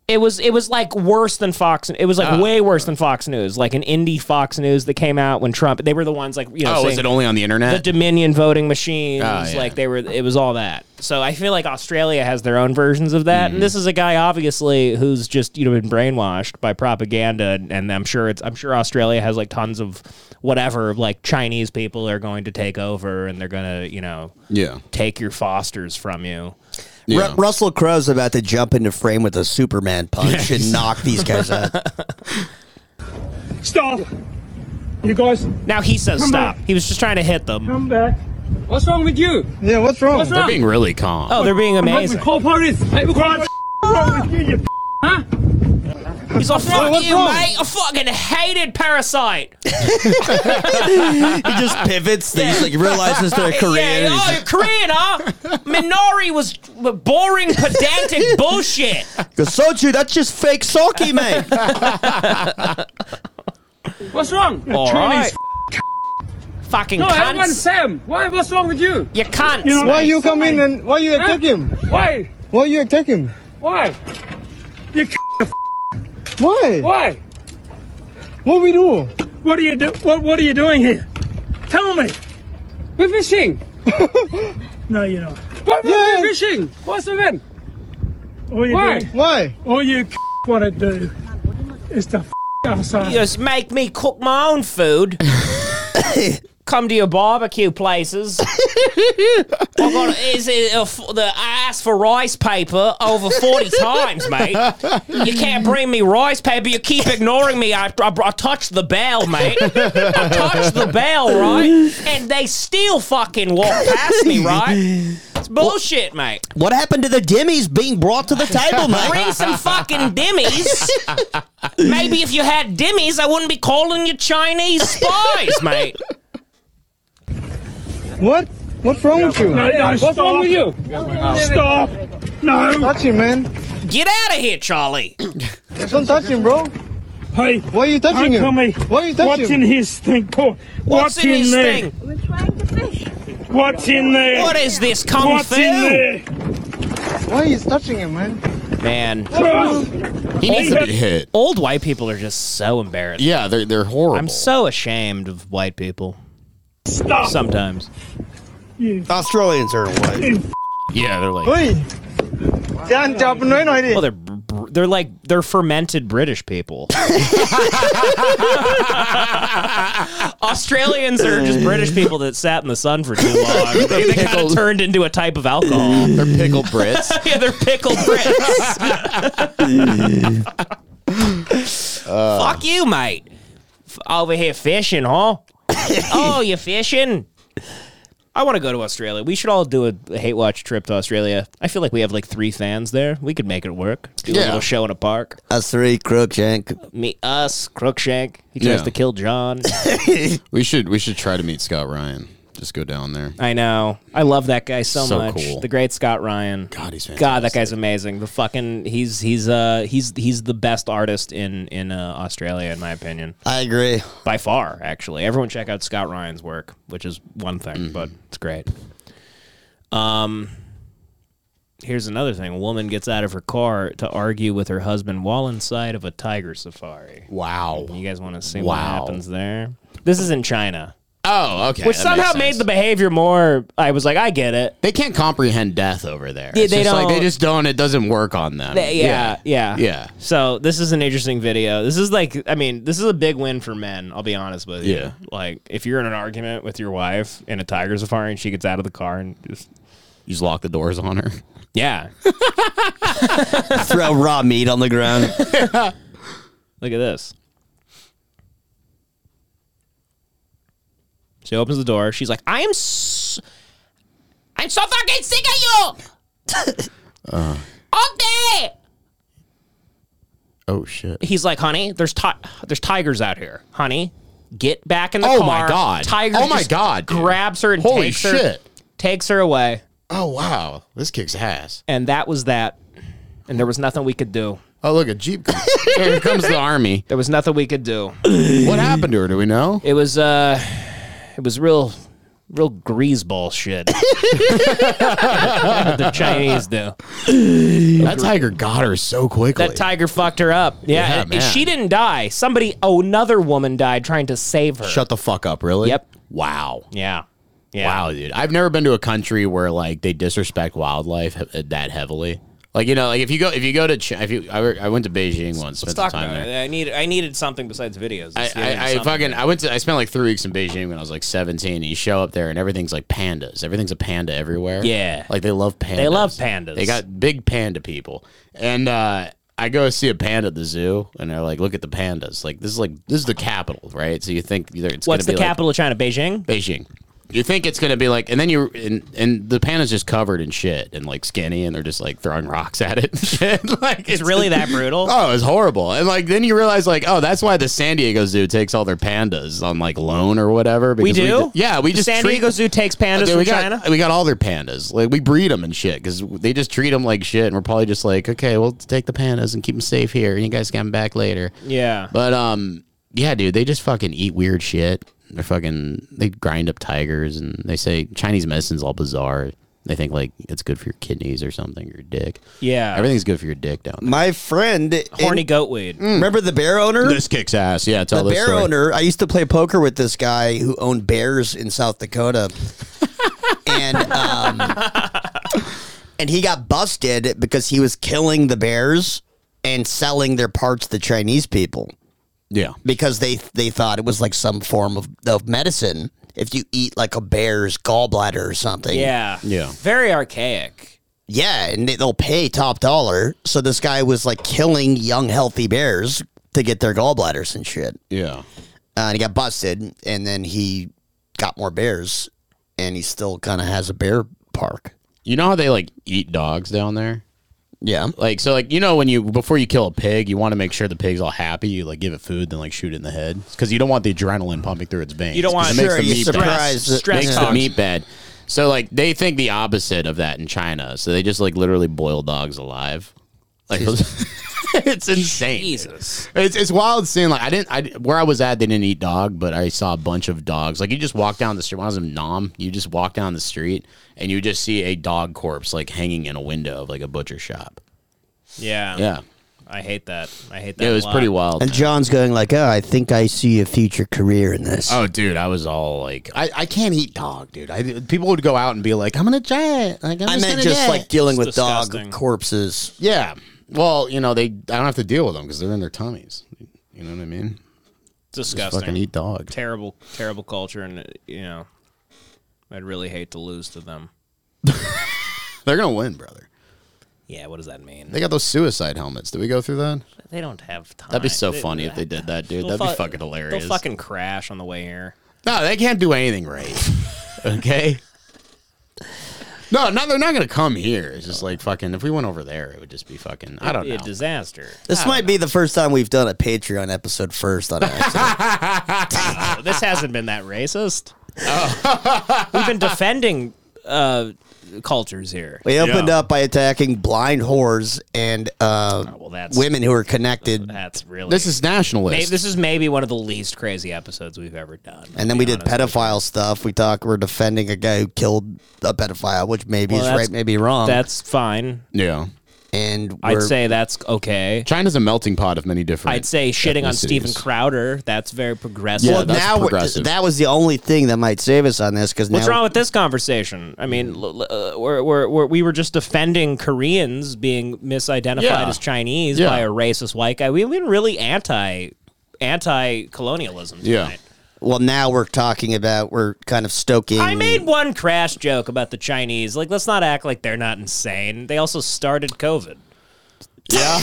Speaker 4: It was it was like worse than Fox. It was like
Speaker 3: Ah.
Speaker 4: way worse than Fox News, like an indie Fox News that came out when Trump. They were the ones like you know.
Speaker 3: oh, is
Speaker 4: saying
Speaker 3: it only on the
Speaker 4: the
Speaker 3: internet?
Speaker 4: Dominion voting machines?
Speaker 3: Ah, yeah.
Speaker 4: Like they were. It was all that. So I feel like Australia has their own versions of that,
Speaker 3: Mm-hmm.
Speaker 4: and this is a guy obviously who's just you know been brainwashed by propaganda, and, and I'm sure it's I'm sure Australia has like tons of whatever like Chinese people are going to take over, and they're gonna you know
Speaker 3: yeah.
Speaker 4: take your fosters from you.
Speaker 5: Ru- Russell Crowe's about to jump into frame with a Superman punch and knock these
Speaker 4: *laughs*
Speaker 5: guys out.
Speaker 15: Stop. You guys.
Speaker 4: Now he says
Speaker 15: Come
Speaker 4: stop.
Speaker 15: back.
Speaker 4: He was just trying to hit them.
Speaker 15: Come back. What's wrong with you?
Speaker 16: Yeah, what's wrong?
Speaker 15: What's
Speaker 3: They're being really calm.
Speaker 4: Oh, they're being
Speaker 15: I'm not-
Speaker 4: amazing.
Speaker 15: We call police. Hey, we call police. Wrong with you, you huh?
Speaker 4: He's like,
Speaker 15: What's wrong?
Speaker 4: fuck you,
Speaker 15: What's wrong?
Speaker 4: mate. I fucking hated Parasite.
Speaker 5: he just pivots. Then he's like, realizes they're Korean.
Speaker 4: *laughs* Yeah,
Speaker 5: and he's
Speaker 4: oh,
Speaker 5: like-
Speaker 4: you're Korean,
Speaker 15: *laughs*
Speaker 4: huh? Minari was boring,
Speaker 15: *laughs*
Speaker 4: pedantic bullshit.
Speaker 5: "The soju, that's just fake *laughs* sake, mate.
Speaker 15: What's wrong?
Speaker 4: All
Speaker 15: Chinese.
Speaker 4: right. Fucking
Speaker 15: No, everyone
Speaker 4: cunts.
Speaker 15: Sam. Why? What's wrong with you?
Speaker 4: You can't.
Speaker 15: You know-
Speaker 16: Why you come in and why you
Speaker 15: Huh?
Speaker 16: attack him?
Speaker 15: Why?
Speaker 16: Why you attack him?
Speaker 15: Why? You.
Speaker 16: Why?
Speaker 15: Why?
Speaker 16: What we do?
Speaker 15: What are you do? What What are you doing here? Tell me.
Speaker 16: *laughs*
Speaker 15: We're fishing. no, you're not. What
Speaker 16: Yeah.
Speaker 15: we're fishing? What's the win? All you
Speaker 16: Why?
Speaker 15: do-
Speaker 16: Why?
Speaker 15: All you want to do is to outside.
Speaker 4: You just make me cook my own food. Come to your barbecue places. I got is it a f the I asked for rice paper over forty times, mate. You can't bring me rice paper. You keep ignoring me. I, I, I touched the bell, mate. I touched the bell, right? And they still fucking walk past me, right? It's bullshit, mate.
Speaker 5: What happened to the dimmies being brought to
Speaker 4: *laughs*
Speaker 5: the table, mate?
Speaker 4: Bring some fucking dimmies. Maybe if you had dimmies, I wouldn't be calling you Chinese spies, mate.
Speaker 16: What? What's wrong with you?
Speaker 15: No, no,
Speaker 16: What's
Speaker 15: stop.
Speaker 16: wrong with you?
Speaker 15: Stop. No.
Speaker 16: Touch him, man.
Speaker 4: Get out of here, Charlie.
Speaker 16: Don't touch him, bro.
Speaker 15: Hey,
Speaker 16: why are you touching
Speaker 15: don't
Speaker 16: him?
Speaker 15: tell me
Speaker 16: Why are you touching
Speaker 15: what's
Speaker 16: him?
Speaker 15: in his thing. Paul? What's,
Speaker 4: What's in his
Speaker 15: there?
Speaker 4: thing?
Speaker 9: We're trying to fish.
Speaker 15: What's in there?
Speaker 4: What is this kung
Speaker 15: What's in
Speaker 4: fu?
Speaker 15: there?
Speaker 16: Why are you touching him, man?
Speaker 4: Man,
Speaker 3: He needs to be hit.
Speaker 4: old white people are just so embarrassed.
Speaker 3: Yeah, they're they're horrible.
Speaker 4: I'm so ashamed of white people.
Speaker 15: Stop.
Speaker 4: Sometimes.
Speaker 15: You.
Speaker 5: Australians are white.
Speaker 15: You.
Speaker 3: yeah, they're like
Speaker 16: Oi! Don't jump in right now,
Speaker 4: Well,
Speaker 16: idiot.
Speaker 4: they're br- br- they're like they're fermented British people. Australians are just British people that sat in the sun for too long. They, they kind of turned into a type of alcohol. They're pickled Brits. *laughs* yeah, they're pickled Brits.
Speaker 5: Uh.
Speaker 4: Fuck you, mate. F- Over here fishing,
Speaker 5: *coughs*
Speaker 4: huh? oh, you fishing? I want to go to Australia. We should all do a a hate watch trip to Australia. I feel like we have like three fans there. We could make it work. Do a
Speaker 5: Yeah.
Speaker 4: little show in a park.
Speaker 5: *laughs* Us three, Crookshank.
Speaker 4: Me, us, Crookshank. He tries
Speaker 5: Yeah.
Speaker 4: to kill John.
Speaker 3: we should we should try to meet Scott Ryan. Just go down there.
Speaker 4: I know. I love that guy so,
Speaker 3: So
Speaker 4: much.
Speaker 3: cool.
Speaker 4: The great Scott Ryan. God, he's God, that guy's amazing. The fucking he's he's uh he's he's the best artist in in uh, Australia in my opinion.
Speaker 5: I agree.
Speaker 4: By far, actually. Everyone check out Scott Ryan's work, which is one thing, but it's great. Um here's another thing. A woman gets out of her car to argue with her husband while inside of a tiger safari. Wow. You guys want to see what
Speaker 3: Wow.
Speaker 4: happens there? This is in China.
Speaker 3: Oh, okay.
Speaker 4: Which
Speaker 3: that makes
Speaker 4: somehow
Speaker 3: sense.
Speaker 4: made the behavior more. I was like, I get it.
Speaker 3: They can't comprehend death over there.
Speaker 4: Yeah,
Speaker 3: It's
Speaker 4: they
Speaker 3: just Like,
Speaker 4: don't-
Speaker 3: they just don't. It doesn't work on them.
Speaker 4: They- yeah, yeah,
Speaker 3: yeah.
Speaker 4: So this is an interesting video. This is like, I mean, this is a big win for men. I'll be honest with you.
Speaker 3: Yeah.
Speaker 4: Like, if you're in an argument with your wife in a tiger safari and she gets out of the car and just,
Speaker 3: You just lock the doors on her.
Speaker 4: yeah,
Speaker 5: Throw raw meat on the ground.
Speaker 4: *laughs* look at this. She opens the door. She's like, I am. S- I'm so fucking sick of you. *laughs*
Speaker 3: Uh,
Speaker 4: All day.
Speaker 3: oh shit.
Speaker 4: He's like, honey, there's ti- there's tigers out here, honey. Get back in the
Speaker 3: Oh
Speaker 4: car.
Speaker 3: my God.
Speaker 4: Tiger!
Speaker 3: Oh my
Speaker 4: just
Speaker 3: God, dude.
Speaker 4: Grabs her and
Speaker 3: Holy
Speaker 4: takes her,
Speaker 3: shit.
Speaker 4: takes her away.
Speaker 3: Oh wow, this kicks ass.
Speaker 4: And that was that. And there was nothing we could do.
Speaker 3: Oh look, a jeep. Comes. *laughs* Here comes the army.
Speaker 4: There was nothing we could do.
Speaker 3: What happened to her? Do we know?
Speaker 4: It was uh, it was real, real greaseball shit. *laughs* what the Chinese do.
Speaker 3: That tiger got her so quickly.
Speaker 4: That tiger fucked her up. Yeah,
Speaker 3: Yeah,
Speaker 4: and- and
Speaker 3: man.
Speaker 4: she didn't die. Somebody, another woman died trying to save her.
Speaker 3: Shut the fuck up, really?
Speaker 4: Yep.
Speaker 3: Wow.
Speaker 4: Yeah.
Speaker 3: Wow, dude. I've never been to a country where like they disrespect wildlife he- that heavily. Like you know, like if you go if you go to Chi- if you I, were- I went to Beijing once, spent some
Speaker 4: Let's talk
Speaker 3: time
Speaker 4: about
Speaker 3: there.
Speaker 4: it. I needed I needed something besides videos.
Speaker 3: I,
Speaker 4: Let's
Speaker 3: I,
Speaker 4: get into
Speaker 3: I
Speaker 4: something.
Speaker 3: fucking I went to I spent like three weeks in Beijing when I was like seventeen. And you show up there and everything's like pandas. Everything's a panda everywhere.
Speaker 4: Yeah.
Speaker 3: like they love pandas.
Speaker 4: They love pandas.
Speaker 3: They got big panda people. And uh, I go see a panda at the zoo, and they're like, "Look at the pandas! Like this is like this is the capital, right?" So you think either it's
Speaker 4: What's the
Speaker 3: gonna be like-
Speaker 4: capital of
Speaker 3: *laughs*
Speaker 4: China? Beijing.
Speaker 3: Beijing. You think it's gonna be like, and then you and, and the panda's just covered in shit and like skinny, and they're just like throwing rocks at it. and shit. *laughs* like
Speaker 4: It's really that *laughs* brutal?
Speaker 3: Oh, it was horrible. And like then you realize like, oh, that's why the San Diego Zoo takes all their pandas on like loan or whatever.
Speaker 4: We
Speaker 3: because
Speaker 4: do.
Speaker 3: d- yeah, we
Speaker 4: The
Speaker 3: just
Speaker 4: San
Speaker 3: treat-
Speaker 4: Diego Zoo takes pandas
Speaker 3: Okay,
Speaker 4: from
Speaker 3: we got,
Speaker 4: China.
Speaker 3: We got all their pandas. Like we breed them and shit because they just treat them like shit, and we're probably just like, okay, we'll take the pandas and keep them safe here, and you guys come back later.
Speaker 4: Yeah.
Speaker 3: But um, yeah, dude, they just fucking eat weird shit. They're fucking they grind up tigers, and they say Chinese medicine's all bizarre. They think like it's good for your kidneys or something, your dick.
Speaker 4: Yeah.
Speaker 3: everything's good for your dick down.
Speaker 5: My friend, Hmm.
Speaker 4: horny goat weed.
Speaker 3: Mm.
Speaker 5: Remember the bear owner?
Speaker 3: This kicks ass. Yeah, tell
Speaker 5: the
Speaker 3: this
Speaker 5: bear
Speaker 3: story.
Speaker 5: owner. I used to play poker with this guy who owned bears in South Dakota, and um, and he got busted because he was killing the bears and selling their parts to Chinese people.
Speaker 3: Yeah,
Speaker 5: because they they thought it was like some form of, of medicine. If you eat like a bear's gallbladder or something,
Speaker 4: Yeah. Very archaic.
Speaker 5: yeah, and they- they'll pay top dollar. So this guy was like killing young, healthy bears to get their gallbladders and shit.
Speaker 3: Yeah.
Speaker 5: Uh, and he got busted, and then he got more bears, and he still kind of has a bear park.
Speaker 3: You know how they like eat dogs down there?
Speaker 5: Yeah.
Speaker 3: Like so like you know when you before you kill a pig, you want to make sure the pig's all happy, you like give it food then like shoot it in the head cuz you don't want the adrenaline pumping through its veins.
Speaker 4: You don't
Speaker 3: 'cause
Speaker 4: want-
Speaker 3: it makes
Speaker 4: Sure,
Speaker 3: the
Speaker 4: you
Speaker 3: meat
Speaker 4: surprise
Speaker 3: bad.
Speaker 4: it. Stress
Speaker 3: makes the
Speaker 4: dogs.
Speaker 3: meat bad. So like they think the opposite of that in China. So they just like literally boil dogs alive. Like *laughs* it's insane.
Speaker 4: Jesus.
Speaker 3: It's, it's wild seeing like I didn't I where I was at they didn't eat dog but I saw a bunch of dogs like you just walk down the street when I was in Nam you just walk down the street and you just see a dog corpse like hanging in a window of like a butcher shop.
Speaker 4: Yeah.
Speaker 3: Yeah.
Speaker 4: I hate that. I hate that.
Speaker 3: It was
Speaker 4: a lot.
Speaker 3: pretty wild.
Speaker 5: And John's going like, "Oh, I think I see a future career in this."
Speaker 3: Oh, dude, I was all like, I, I can't eat dog, dude. I, people would go out and be like, I'm gonna try it. Like, I'm
Speaker 5: I
Speaker 3: just
Speaker 5: meant
Speaker 3: gonna
Speaker 5: just
Speaker 3: do it.
Speaker 5: like dealing with
Speaker 3: It's disgusting.
Speaker 5: dog corpses.
Speaker 3: Yeah. Well, you know, they I don't have to deal with them because they're in their tummies. You know what I mean? Just
Speaker 4: Disgusting.
Speaker 3: fucking eat dog.
Speaker 4: Terrible, terrible culture, and uh, you know, I'd really hate to lose to them.
Speaker 3: They're gonna win, brother.
Speaker 4: Yeah, what does that mean?
Speaker 3: They got those suicide helmets. Did we go through that?
Speaker 4: They don't have time.
Speaker 3: That'd be so funny if they did that, dude.
Speaker 4: They'll
Speaker 3: That'd be
Speaker 4: fu-
Speaker 3: fucking hilarious.
Speaker 4: They'll fucking crash on the way here.
Speaker 3: No, they can't do anything right. *laughs* okay. No, no, they're not gonna come here. It's just like fucking. If we went over there, it would just be fucking. I don't
Speaker 4: It'd be
Speaker 3: know.
Speaker 4: a disaster.
Speaker 5: This might be the first time we've done a Patreon episode first on accident.
Speaker 4: *laughs* Uh, this hasn't been that racist.
Speaker 3: Oh.
Speaker 4: We've been defending uh, cultures here.
Speaker 5: We opened up by attacking blind whores and uh,
Speaker 4: Oh, that's-
Speaker 5: women who are connected.
Speaker 4: That's really.
Speaker 3: nationalist.
Speaker 4: Maybe, this is maybe one of the least crazy episodes we've ever done.
Speaker 5: and then we did pedophile stuff. We talk. We're defending a guy who killed a pedophile, which maybe
Speaker 4: Well,
Speaker 5: is
Speaker 4: that's-
Speaker 5: right, maybe wrong.
Speaker 4: That's fine.
Speaker 3: Yeah.
Speaker 5: And
Speaker 4: I'd say that's okay.
Speaker 3: China's a melting pot of many different.
Speaker 4: I'd say shitting on
Speaker 3: ethnicities.
Speaker 4: Steven Crowder. That's very progressive.
Speaker 5: well, now we're- that was the only thing that might save us on this because now
Speaker 4: What's wrong with this conversation? I mean,
Speaker 3: Mm.
Speaker 4: l- l- uh, we're, we're, we're, we were just defending Koreans being misidentified
Speaker 3: Yeah.
Speaker 4: as Chinese
Speaker 3: Yeah.
Speaker 4: by a racist white guy. We've been really anti anti colonialism.
Speaker 5: Yeah. Well, now we're talking about we're kind of stoking.
Speaker 3: Mm.
Speaker 4: I made one crash joke about the Chinese. Like, let's not act like they're not insane. They also started COVID. Yeah. *laughs*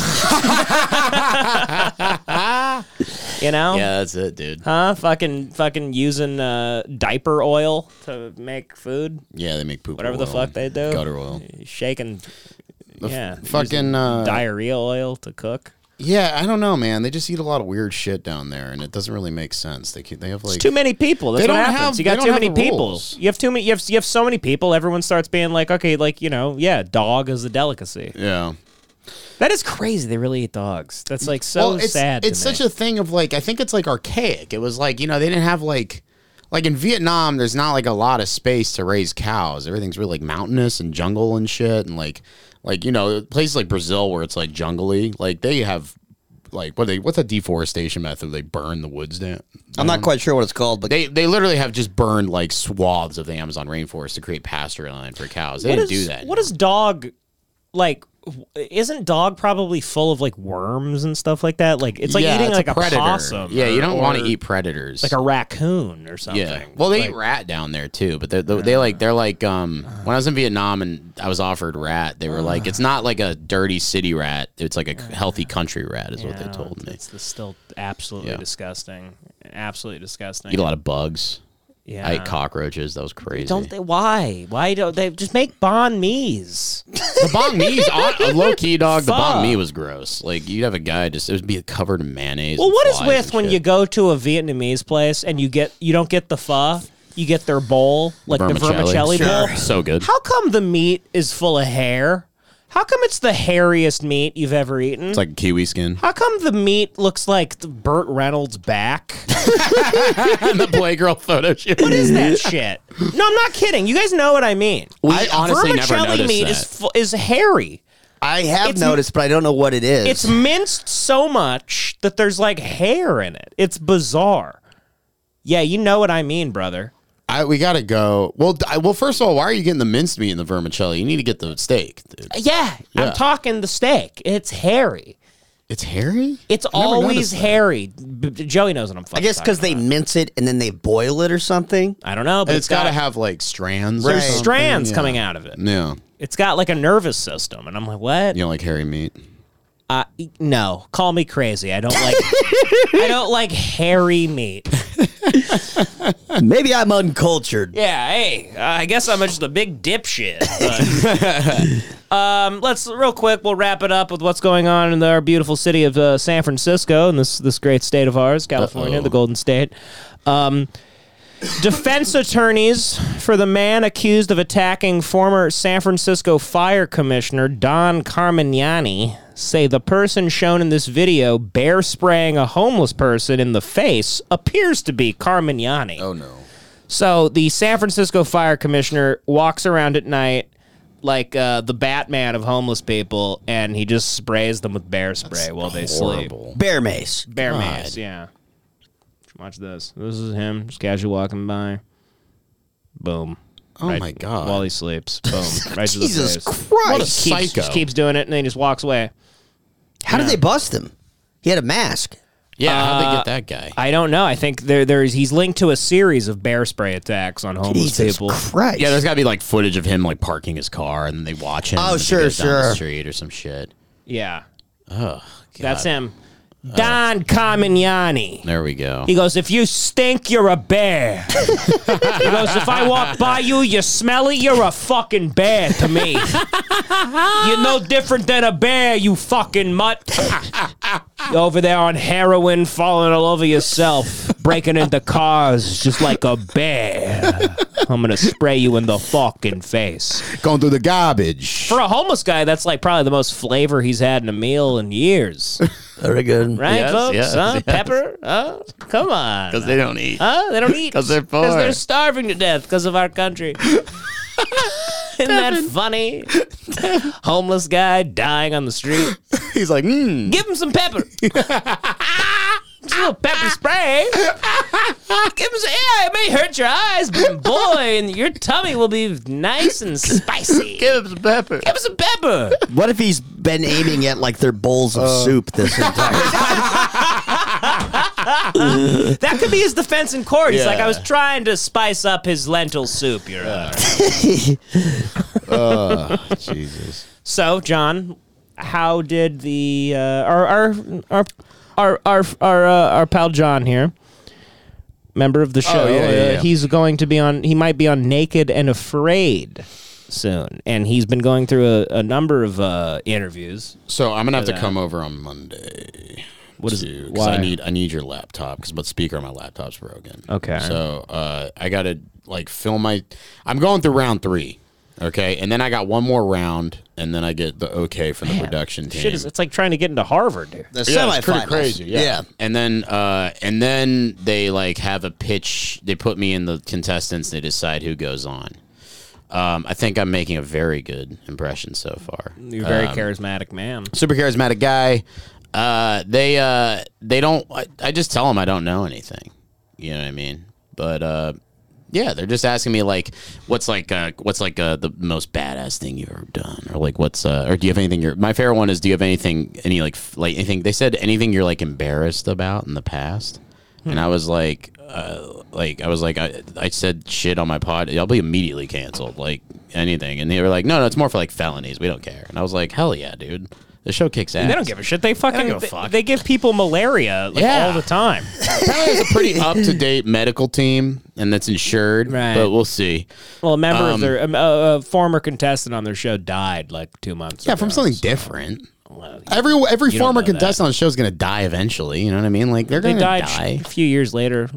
Speaker 4: you know?
Speaker 3: Yeah, that's it, dude.
Speaker 4: Huh? Fucking fucking using uh, diaper oil to make food.
Speaker 3: Yeah, they make poop.
Speaker 4: Whatever the
Speaker 3: oil
Speaker 4: fuck they do.
Speaker 3: Gutter oil.
Speaker 4: Shaking
Speaker 3: The f-
Speaker 4: yeah,
Speaker 3: fucking,
Speaker 4: using
Speaker 3: uh,
Speaker 4: diarrhea oil to cook.
Speaker 3: Yeah, I don't know, man. They just eat a lot of weird shit down there, and it doesn't really make sense. They keep, they have like
Speaker 4: It's too many people. That's
Speaker 3: they
Speaker 4: what
Speaker 3: don't have-
Speaker 4: happens.
Speaker 3: they
Speaker 4: you got
Speaker 3: don't
Speaker 4: too
Speaker 3: have
Speaker 4: many
Speaker 3: the
Speaker 4: people.
Speaker 3: rules.
Speaker 4: You have too many. You have you have so many people. Everyone starts being like, okay, like you know, yeah, dog is a delicacy.
Speaker 3: Yeah,
Speaker 4: that is crazy. They really eat dogs. That's like so
Speaker 3: Well, it's,
Speaker 4: sad.
Speaker 3: It's such a thing of like I think it's like archaic. It was like you know they didn't have like like in Vietnam. There's not like a lot of space to raise cows. Everything's really like mountainous and jungle and shit. And like like you know places like Brazil where it's like jungly. Like they have like what they what's a deforestation method? They burn the woods down.
Speaker 5: I'm not quite sure what it's called, but
Speaker 3: they they literally have just burned like swaths of the Amazon rainforest to create pasture land for cows. They
Speaker 4: What
Speaker 3: didn't
Speaker 4: is-
Speaker 3: do that.
Speaker 4: What is dog like? w- Isn't dog probably full of like worms and stuff like that? Like it's like
Speaker 3: Yeah,
Speaker 4: eating
Speaker 3: it's
Speaker 4: like a,
Speaker 3: predator.
Speaker 4: possum.
Speaker 3: Yeah, you
Speaker 4: or-
Speaker 3: don't want
Speaker 4: or
Speaker 3: to eat predators.
Speaker 4: like a raccoon or something.
Speaker 3: Yeah. Well, they eat rat down there too, but they're, they they like they're like um when I was in Vietnam and I was offered rat, they were like it's not like a dirty city rat, it's like a healthy country rat is what they told me.
Speaker 4: Uh, It's still absolutely
Speaker 3: Yeah.
Speaker 4: disgusting. Absolutely disgusting.
Speaker 3: Eat a lot of bugs. I
Speaker 4: Yeah.
Speaker 3: ate cockroaches. That was crazy.
Speaker 4: *laughs* Don't they? Why? Why don't they just make banh mi's?
Speaker 3: The banh mi's on low key dog. The
Speaker 4: Fuck.
Speaker 3: banh mi was gross. Like you'd have a guy just it would be covered in mayonnaise.
Speaker 4: Well,
Speaker 3: and
Speaker 4: what is
Speaker 3: flies
Speaker 4: with
Speaker 3: and
Speaker 4: when
Speaker 3: shit.
Speaker 4: you go to a Vietnamese place and you get you don't get the pho, you get their bowl like
Speaker 3: Vermicelli.
Speaker 4: the vermicelli bowl?
Speaker 3: Sure. So good.
Speaker 4: How come the meat is full of hair? How come it's the hairiest meat you've ever eaten?
Speaker 3: It's like kiwi skin.
Speaker 4: How come the meat looks like the Burt Reynolds' back?
Speaker 3: and *laughs* the Playgirl photo shoot.
Speaker 4: What is that shit? No, I'm not kidding. You guys know what I mean.
Speaker 3: I honestly never
Speaker 4: vermicelli
Speaker 3: noticed
Speaker 4: meat
Speaker 3: that.
Speaker 4: is fu- is hairy.
Speaker 5: I have
Speaker 4: It's-
Speaker 5: noticed, but I don't know what it is.
Speaker 4: It's minced so much that there's like hair in it. It's bizarre. Yeah, you know what I mean, brother.
Speaker 3: I, we gotta go. Well, d- I, well, first of all, why are you getting the minced meat and the vermicelli? You need to get the steak. dude.
Speaker 4: Yeah,
Speaker 3: Yeah.
Speaker 4: I'm talking the steak. It's hairy.
Speaker 3: It's hairy.
Speaker 4: It's
Speaker 5: never
Speaker 4: always
Speaker 5: noticed that.
Speaker 4: hairy. B- B- Joey knows what I'm
Speaker 5: I
Speaker 4: fucking.
Speaker 5: guess because they mince it and then they boil it or something.
Speaker 4: I don't know, but
Speaker 3: And it's got to have like strands. or
Speaker 4: there's
Speaker 3: something,
Speaker 4: strands
Speaker 3: yeah.
Speaker 4: coming out of it.
Speaker 3: Yeah,
Speaker 4: It's got like a nervous system, and I'm like, what?
Speaker 3: you don't like hairy meat.
Speaker 4: Uh, e- no, call me crazy. I don't
Speaker 5: *laughs*
Speaker 4: like. I don't like hairy meat.
Speaker 5: Maybe I'm uncultured.
Speaker 4: Yeah, hey, uh, I guess I'm just a big dipshit. but- um, let's real quick. We'll wrap it up with what's going on in our beautiful city of uh, San Francisco and this this great state of ours, California,
Speaker 3: Uh-oh.
Speaker 4: the Golden State. Um, defense attorneys for the man accused of attacking former San Francisco Fire Commissioner Don Carmignani say the person shown in this video bear spraying a homeless person in the face appears to be Carmignani. Oh
Speaker 3: no.
Speaker 4: So the San Francisco Fire Commissioner walks around at night like uh, the Batman of homeless people, and he just sprays them with bear spray while they
Speaker 3: horrible.
Speaker 4: sleep.
Speaker 5: Bear mace.
Speaker 4: Bear mace, yeah. Watch this. This is him just casually walking by. Boom.
Speaker 3: Oh my God. *laughs*
Speaker 4: While he sleeps. Boom. Right to the
Speaker 5: Jesus
Speaker 4: face.
Speaker 5: Christ. What a
Speaker 4: Just keeps,
Speaker 5: psycho.
Speaker 4: Just keeps doing it, and then he just walks away.
Speaker 5: How did they bust him? He had a mask.
Speaker 3: Yeah, how'd they get
Speaker 4: Uh,
Speaker 3: that guy?
Speaker 4: I don't know. I think there there's he's linked to a series of bear spray attacks on homeless
Speaker 3: Jesus
Speaker 4: people.
Speaker 5: Christ.
Speaker 3: Yeah, there's got to be like footage of him like parking his car, and they watch him.
Speaker 4: Oh,
Speaker 3: as he
Speaker 4: sure,
Speaker 3: goes down the
Speaker 4: sure.
Speaker 3: street or some shit.
Speaker 4: Yeah.
Speaker 3: Oh,
Speaker 4: That's
Speaker 3: God.
Speaker 4: him. Don Carmignani.
Speaker 3: There we go.
Speaker 4: He goes, if you stink, you're a bear. *laughs* he goes, if I walk by you, you smelly, you're a fucking bear to me. *laughs* you're no different than a bear, you fucking mutt. *laughs* You're over there on heroin, falling all over yourself, breaking into cars just like a bear. I'm gonna spray you in the fucking face.
Speaker 17: Going through the garbage.
Speaker 4: For a homeless guy, that's like probably the most flavor he's had in a meal in years.
Speaker 5: Very good.
Speaker 4: Right,
Speaker 3: Yes,
Speaker 4: folks?
Speaker 3: yes,
Speaker 4: huh?
Speaker 3: yes.
Speaker 4: Pepper? Huh? Come on.
Speaker 3: Because they don't eat.
Speaker 4: Huh? They don't eat.
Speaker 3: 'Cause they're
Speaker 4: Because
Speaker 3: poor.
Speaker 4: they're starving to death because of our country. Isn't that funny? Homeless guy dying on the street.
Speaker 3: He's like, mm.
Speaker 4: give him some pepper. Just a little pepper spray. give him some. Yeah, it may hurt your eyes, but boy, and your tummy will be nice and spicy.
Speaker 3: give him some pepper.
Speaker 4: Give him some pepper.
Speaker 5: What if
Speaker 3: *laughs*
Speaker 5: he's been aiming at like their bowls of soup this entire
Speaker 4: that could be his defense in court. He's like,
Speaker 5: Yeah.
Speaker 4: I was trying to spice up his lentil soup, Your Honor.
Speaker 3: *laughs*
Speaker 17: Oh, Jesus.
Speaker 4: So, John, how did the uh, our our our our our our, uh, our pal John here, member of the
Speaker 3: Oh,
Speaker 4: show,
Speaker 3: yeah, yeah,
Speaker 4: uh,
Speaker 3: yeah.
Speaker 4: he's going to be on. He might be on Naked and Afraid soon, and he's been going through a, a number of uh, interviews.
Speaker 3: So I'm gonna have to
Speaker 4: for that.
Speaker 3: come over on Monday.
Speaker 4: What is it?
Speaker 3: Why? I
Speaker 4: Why?
Speaker 3: need I need your laptop because my speaker on my laptop's broken.
Speaker 4: Okay.
Speaker 3: So uh, I gotta like film my. I'm going through round three. Okay, and then I got one more round, and then I get the okay from the production team.
Speaker 4: Shit is it's like trying to get into Harvard. Dude.
Speaker 3: Yeah, it's pretty crazy. Yeah. and then uh, and then they like have a pitch. They put me in the contestants. They decide who goes on. Um, I think I'm making a very good impression so far.
Speaker 4: You're a very
Speaker 3: Um,
Speaker 4: charismatic man.
Speaker 3: super charismatic guy. Uh, they uh, they don't. I, I just tell them I don't know anything. You know what I mean? But uh, yeah, they're just asking me like, what's like uh, what's like uh, the most badass thing you've ever done, or like what's uh, or do you have anything? You're my favorite one is do you have anything any like f- like anything? They said anything you're like embarrassed about in the past,
Speaker 4: Hmm.
Speaker 3: and I was like. Uh, like I was like I, I said shit on my pod. I'll be immediately canceled. Like anything, and they were like, no, no, it's more for like felonies. We don't care. And I was like, hell yeah, dude. The show kicks ass.
Speaker 4: They don't give a shit. They fucking
Speaker 3: give a
Speaker 4: they,
Speaker 3: fuck.
Speaker 4: they give people malaria like,
Speaker 3: Yeah.
Speaker 4: all the time.
Speaker 3: Apparently, it's a pretty up to date medical team, and that's insured. Right. But we'll see.
Speaker 4: *laughs* Well, a member of
Speaker 3: Um,
Speaker 4: their um, a, a former contestant on their show died like two months.
Speaker 3: Yeah,
Speaker 4: ago.
Speaker 3: from something different. Every every
Speaker 4: you don't
Speaker 3: former
Speaker 4: know that.
Speaker 3: contestant on the show is going to die eventually. You know what I mean? Like they're
Speaker 4: They
Speaker 3: going to
Speaker 4: died
Speaker 3: die.
Speaker 4: sh- a few years later,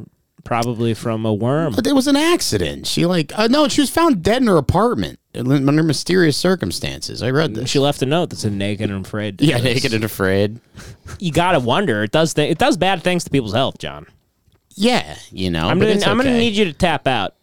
Speaker 4: probably from a worm.
Speaker 3: But it was an accident. She like uh, no, she was found dead in her apartment under mysterious circumstances. I read this.
Speaker 4: She left a note that said "naked and
Speaker 3: *laughs*
Speaker 4: afraid."
Speaker 3: Yeah, naked and afraid.
Speaker 4: You gotta wonder. It does. Th- it does bad things to people's health, John.
Speaker 3: Yeah, you know.
Speaker 4: I'm
Speaker 3: but
Speaker 4: gonna.
Speaker 3: it's
Speaker 4: I'm gonna
Speaker 3: okay.
Speaker 4: need you to tap out.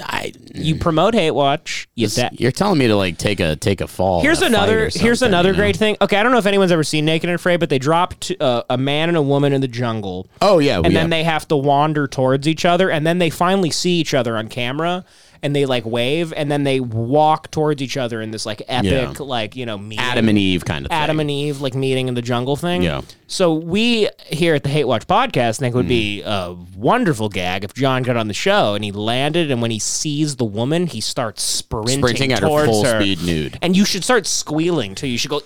Speaker 3: I.
Speaker 4: You promote hate watch. You
Speaker 3: This- You're telling me to like take a take a fall. in
Speaker 4: Here's
Speaker 3: a fight
Speaker 4: another
Speaker 3: or
Speaker 4: here's
Speaker 3: something,
Speaker 4: another
Speaker 3: you know?
Speaker 4: great thing. Okay, I don't know if anyone's ever seen Naked and Afraid, but they drop t- uh, a man and a woman in the jungle.
Speaker 3: Oh yeah,
Speaker 4: and
Speaker 3: we-
Speaker 4: then
Speaker 3: yeah.
Speaker 4: they have to wander towards each other, and then they finally see each other on camera, and they like wave, and then they walk towards each other in this like epic
Speaker 3: Yeah.
Speaker 4: like you know meeting.
Speaker 3: Adam and Eve kind of thing.
Speaker 4: Adam and Eve like meeting in the jungle thing.
Speaker 3: Yeah.
Speaker 4: So we here at the Hate Watch podcast think it would be a wonderful gag if John got on the show and he landed and when he sees the woman he starts sprinting,
Speaker 3: Sprinting at her
Speaker 4: towards
Speaker 3: full speed nude.
Speaker 4: And you should start squealing too. You should go.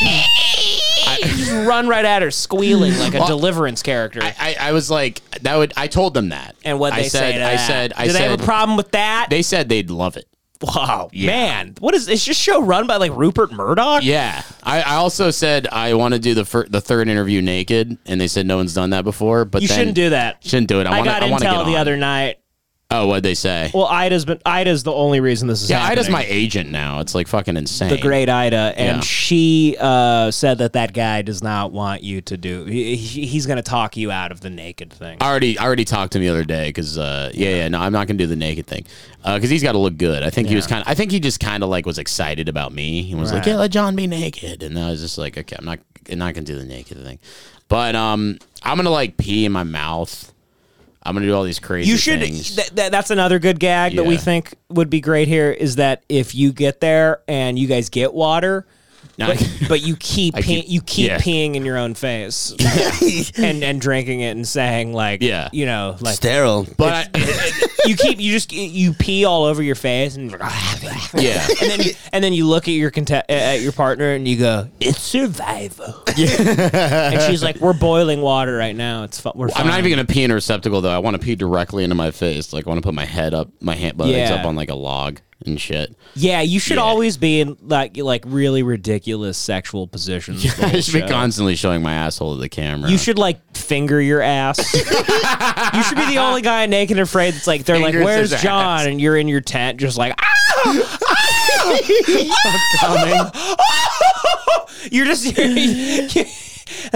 Speaker 4: You just run right at her squealing like a
Speaker 3: Well,
Speaker 4: deliverance character.
Speaker 3: I, I was like, that would. I told them that,
Speaker 4: and what
Speaker 3: I
Speaker 4: they say
Speaker 3: said-
Speaker 4: to
Speaker 3: I
Speaker 4: that?
Speaker 3: said- I
Speaker 4: Do they have
Speaker 3: said-
Speaker 4: a problem with that?
Speaker 3: They said they'd love it.
Speaker 4: Wow,
Speaker 3: Oh, Yeah.
Speaker 4: oh, man, what is is this show run by like Rupert Murdoch?
Speaker 3: Yeah, I, I also said I want to do the fir- the third interview naked, and they said no one's done that before. But
Speaker 4: you
Speaker 3: then-
Speaker 4: shouldn't do that.
Speaker 3: Shouldn't do it. I,
Speaker 4: I,
Speaker 3: want
Speaker 4: got
Speaker 3: to. I want to get
Speaker 4: intel the
Speaker 3: on.
Speaker 4: other night.
Speaker 3: Oh, what'd they say?
Speaker 4: Well, Ida's been Ida's the only reason this is
Speaker 3: yeah,
Speaker 4: happening.
Speaker 3: Ida's my agent now. It's like fucking insane.
Speaker 4: the great Ida, and
Speaker 3: Yeah.
Speaker 4: she uh, said that that guy does not want you to do. He, he- he's going to talk you out of the naked thing.
Speaker 3: I already I already talked to him the other day because uh, yeah yeah no I'm not gonna do the naked thing because he's got to look good I think he was kind of I think he just kind of like was excited about me he was like
Speaker 17: Right.
Speaker 3: yeah let John be naked and I was just like okay I'm not I'm not gonna do the naked thing but um I'm gonna like pee in my mouth I'm gonna do all these crazy
Speaker 4: You should.
Speaker 3: things.
Speaker 4: Th- th- that's another good gag that we
Speaker 3: Yeah.
Speaker 4: think would be great here is that if you get there and you guys get water, But, but you keep
Speaker 14: I
Speaker 4: pee-
Speaker 14: keep-
Speaker 4: you keep
Speaker 14: yeah.
Speaker 4: peeing in your own face and and drinking it and saying like yeah. you know like
Speaker 5: *laughs* Sterile.
Speaker 4: But you keep you just you pee all over your face and yeah and then you, and then you look at your conte- at your partner and you go it's survival and she's like we're boiling water right now it's fu- we're
Speaker 3: I'm
Speaker 4: fine."
Speaker 3: not even gonna pee in a receptacle though. I want to pee directly into my face. Like I want to put my head up, my hand, my legs
Speaker 4: Yeah.
Speaker 3: up on like a log and shit.
Speaker 4: yeah you should always be in like like really ridiculous sexual positions
Speaker 5: *laughs*
Speaker 4: the whole
Speaker 3: I should be
Speaker 4: show.
Speaker 3: constantly showing my asshole to the camera.
Speaker 4: You should like finger your ass. you should be the only guy naked and afraid that's like they're like,
Speaker 3: Fingers
Speaker 4: "Where's
Speaker 3: his
Speaker 4: John?" and you're in your tent just like, "Ah!" *laughs* you're just, *laughs* and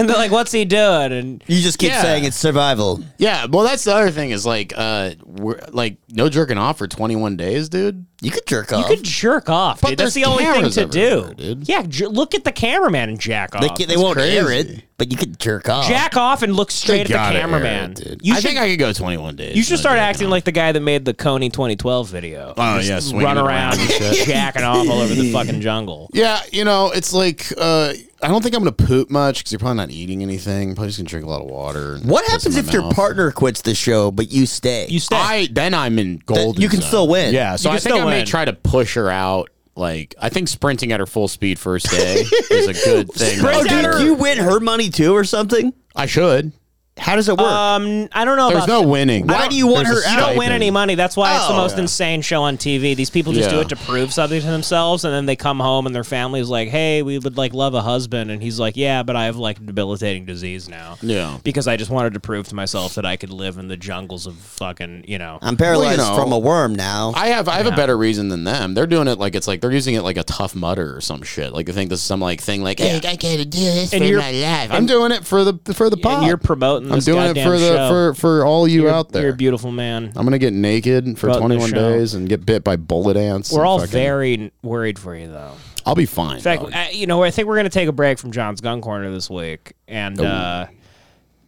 Speaker 4: they're like, "What's he doing?" And
Speaker 5: you just
Speaker 4: keep saying
Speaker 5: it's survival.
Speaker 3: Yeah, well, that's the other thing is like, uh, we're like no jerking off for 21 days, dude.
Speaker 5: You could jerk
Speaker 4: you could jerk off,
Speaker 3: But
Speaker 4: dude. That's the
Speaker 3: there's
Speaker 4: only thing
Speaker 3: cameras
Speaker 4: to do.
Speaker 3: everywhere, dude.
Speaker 4: Yeah, j- look at the cameraman and jack off.
Speaker 5: They, ca- they
Speaker 4: Oh, That's
Speaker 5: won't air
Speaker 4: crazy.
Speaker 5: it, but you could jerk off.
Speaker 4: Jack off and look straight
Speaker 5: They
Speaker 4: at
Speaker 5: gotta
Speaker 4: the
Speaker 5: air it,
Speaker 4: cameraman.
Speaker 5: dude.
Speaker 4: You
Speaker 5: I
Speaker 4: should,
Speaker 5: think
Speaker 3: I could go 21 days.
Speaker 4: You should start acting like the guy that made the Coney 2012 video.
Speaker 3: Oh,
Speaker 4: Just
Speaker 3: yeah, swinging
Speaker 4: run
Speaker 3: it
Speaker 4: around,
Speaker 3: around and
Speaker 4: *laughs*
Speaker 3: shit.
Speaker 4: jacking off all over *laughs* the fucking jungle.
Speaker 3: Yeah, you know, it's like uh, I don't think I'm gonna poop much because you're probably not eating anything. Probably just gonna drink a lot of water. and
Speaker 5: What
Speaker 3: piss
Speaker 5: happens
Speaker 3: in
Speaker 5: if
Speaker 3: my
Speaker 5: your
Speaker 3: mouth.
Speaker 5: partner quits the show, but you stay? You
Speaker 4: stay.
Speaker 3: I then I'm in gold.
Speaker 5: you can still win.
Speaker 3: Yeah, so
Speaker 5: You
Speaker 3: I
Speaker 5: can
Speaker 3: think I
Speaker 5: still
Speaker 3: may
Speaker 5: win.
Speaker 3: try to push her out. Like I think sprinting at her full speed first
Speaker 5: *laughs*
Speaker 3: day is a good thing.
Speaker 5: Oh, dude, do you win her money too or something?
Speaker 3: I should. How does it work?
Speaker 5: Uh,
Speaker 4: Um, I don't know.
Speaker 3: There's
Speaker 4: about
Speaker 3: no
Speaker 4: that.
Speaker 3: winning.
Speaker 4: I
Speaker 3: Why
Speaker 4: don't-
Speaker 3: do you want
Speaker 4: there's
Speaker 3: her
Speaker 4: a- You
Speaker 3: out?
Speaker 4: don't win any money. That's why it's the
Speaker 3: Oh.
Speaker 4: most insane show on TV. These people just do
Speaker 3: Yeah.
Speaker 4: it to prove something to themselves, and then they come home and their family's like, "Hey, we would like love a husband," and he's like, "Yeah, but I have like debilitating disease now."
Speaker 3: Yeah.
Speaker 4: because I just wanted to prove to myself that I could live in the jungles of fucking, you know.
Speaker 5: I'm paralyzed
Speaker 3: Well, you know,
Speaker 5: from a worm now.
Speaker 3: I have I have
Speaker 4: Yeah.
Speaker 3: a better reason than them. They're doing it like it's like they're using it like a tough mutter or some shit. Like they think this is some like thing like hey, I gotta do this
Speaker 4: And
Speaker 3: for
Speaker 4: you're-
Speaker 3: my life. I'm
Speaker 4: and-
Speaker 3: doing it for the for the pop.
Speaker 4: And you're promoting.
Speaker 3: I'm
Speaker 4: This
Speaker 3: doing it
Speaker 4: goddamn
Speaker 3: for the-
Speaker 4: show.
Speaker 3: for- for all you
Speaker 4: You're-
Speaker 3: out there.
Speaker 4: You're a beautiful man.
Speaker 3: I'm gonna get naked for
Speaker 4: Promoting the
Speaker 3: 21
Speaker 4: show.
Speaker 3: days and get bit by bullet ants.
Speaker 4: We're
Speaker 3: and
Speaker 4: all
Speaker 3: fucking-
Speaker 4: very worried for you, though.
Speaker 3: I'll be fine.
Speaker 4: In fact, I, you know, I think we're going to take a break from John's Gun Corner this week, and
Speaker 3: Ooh.
Speaker 4: uh,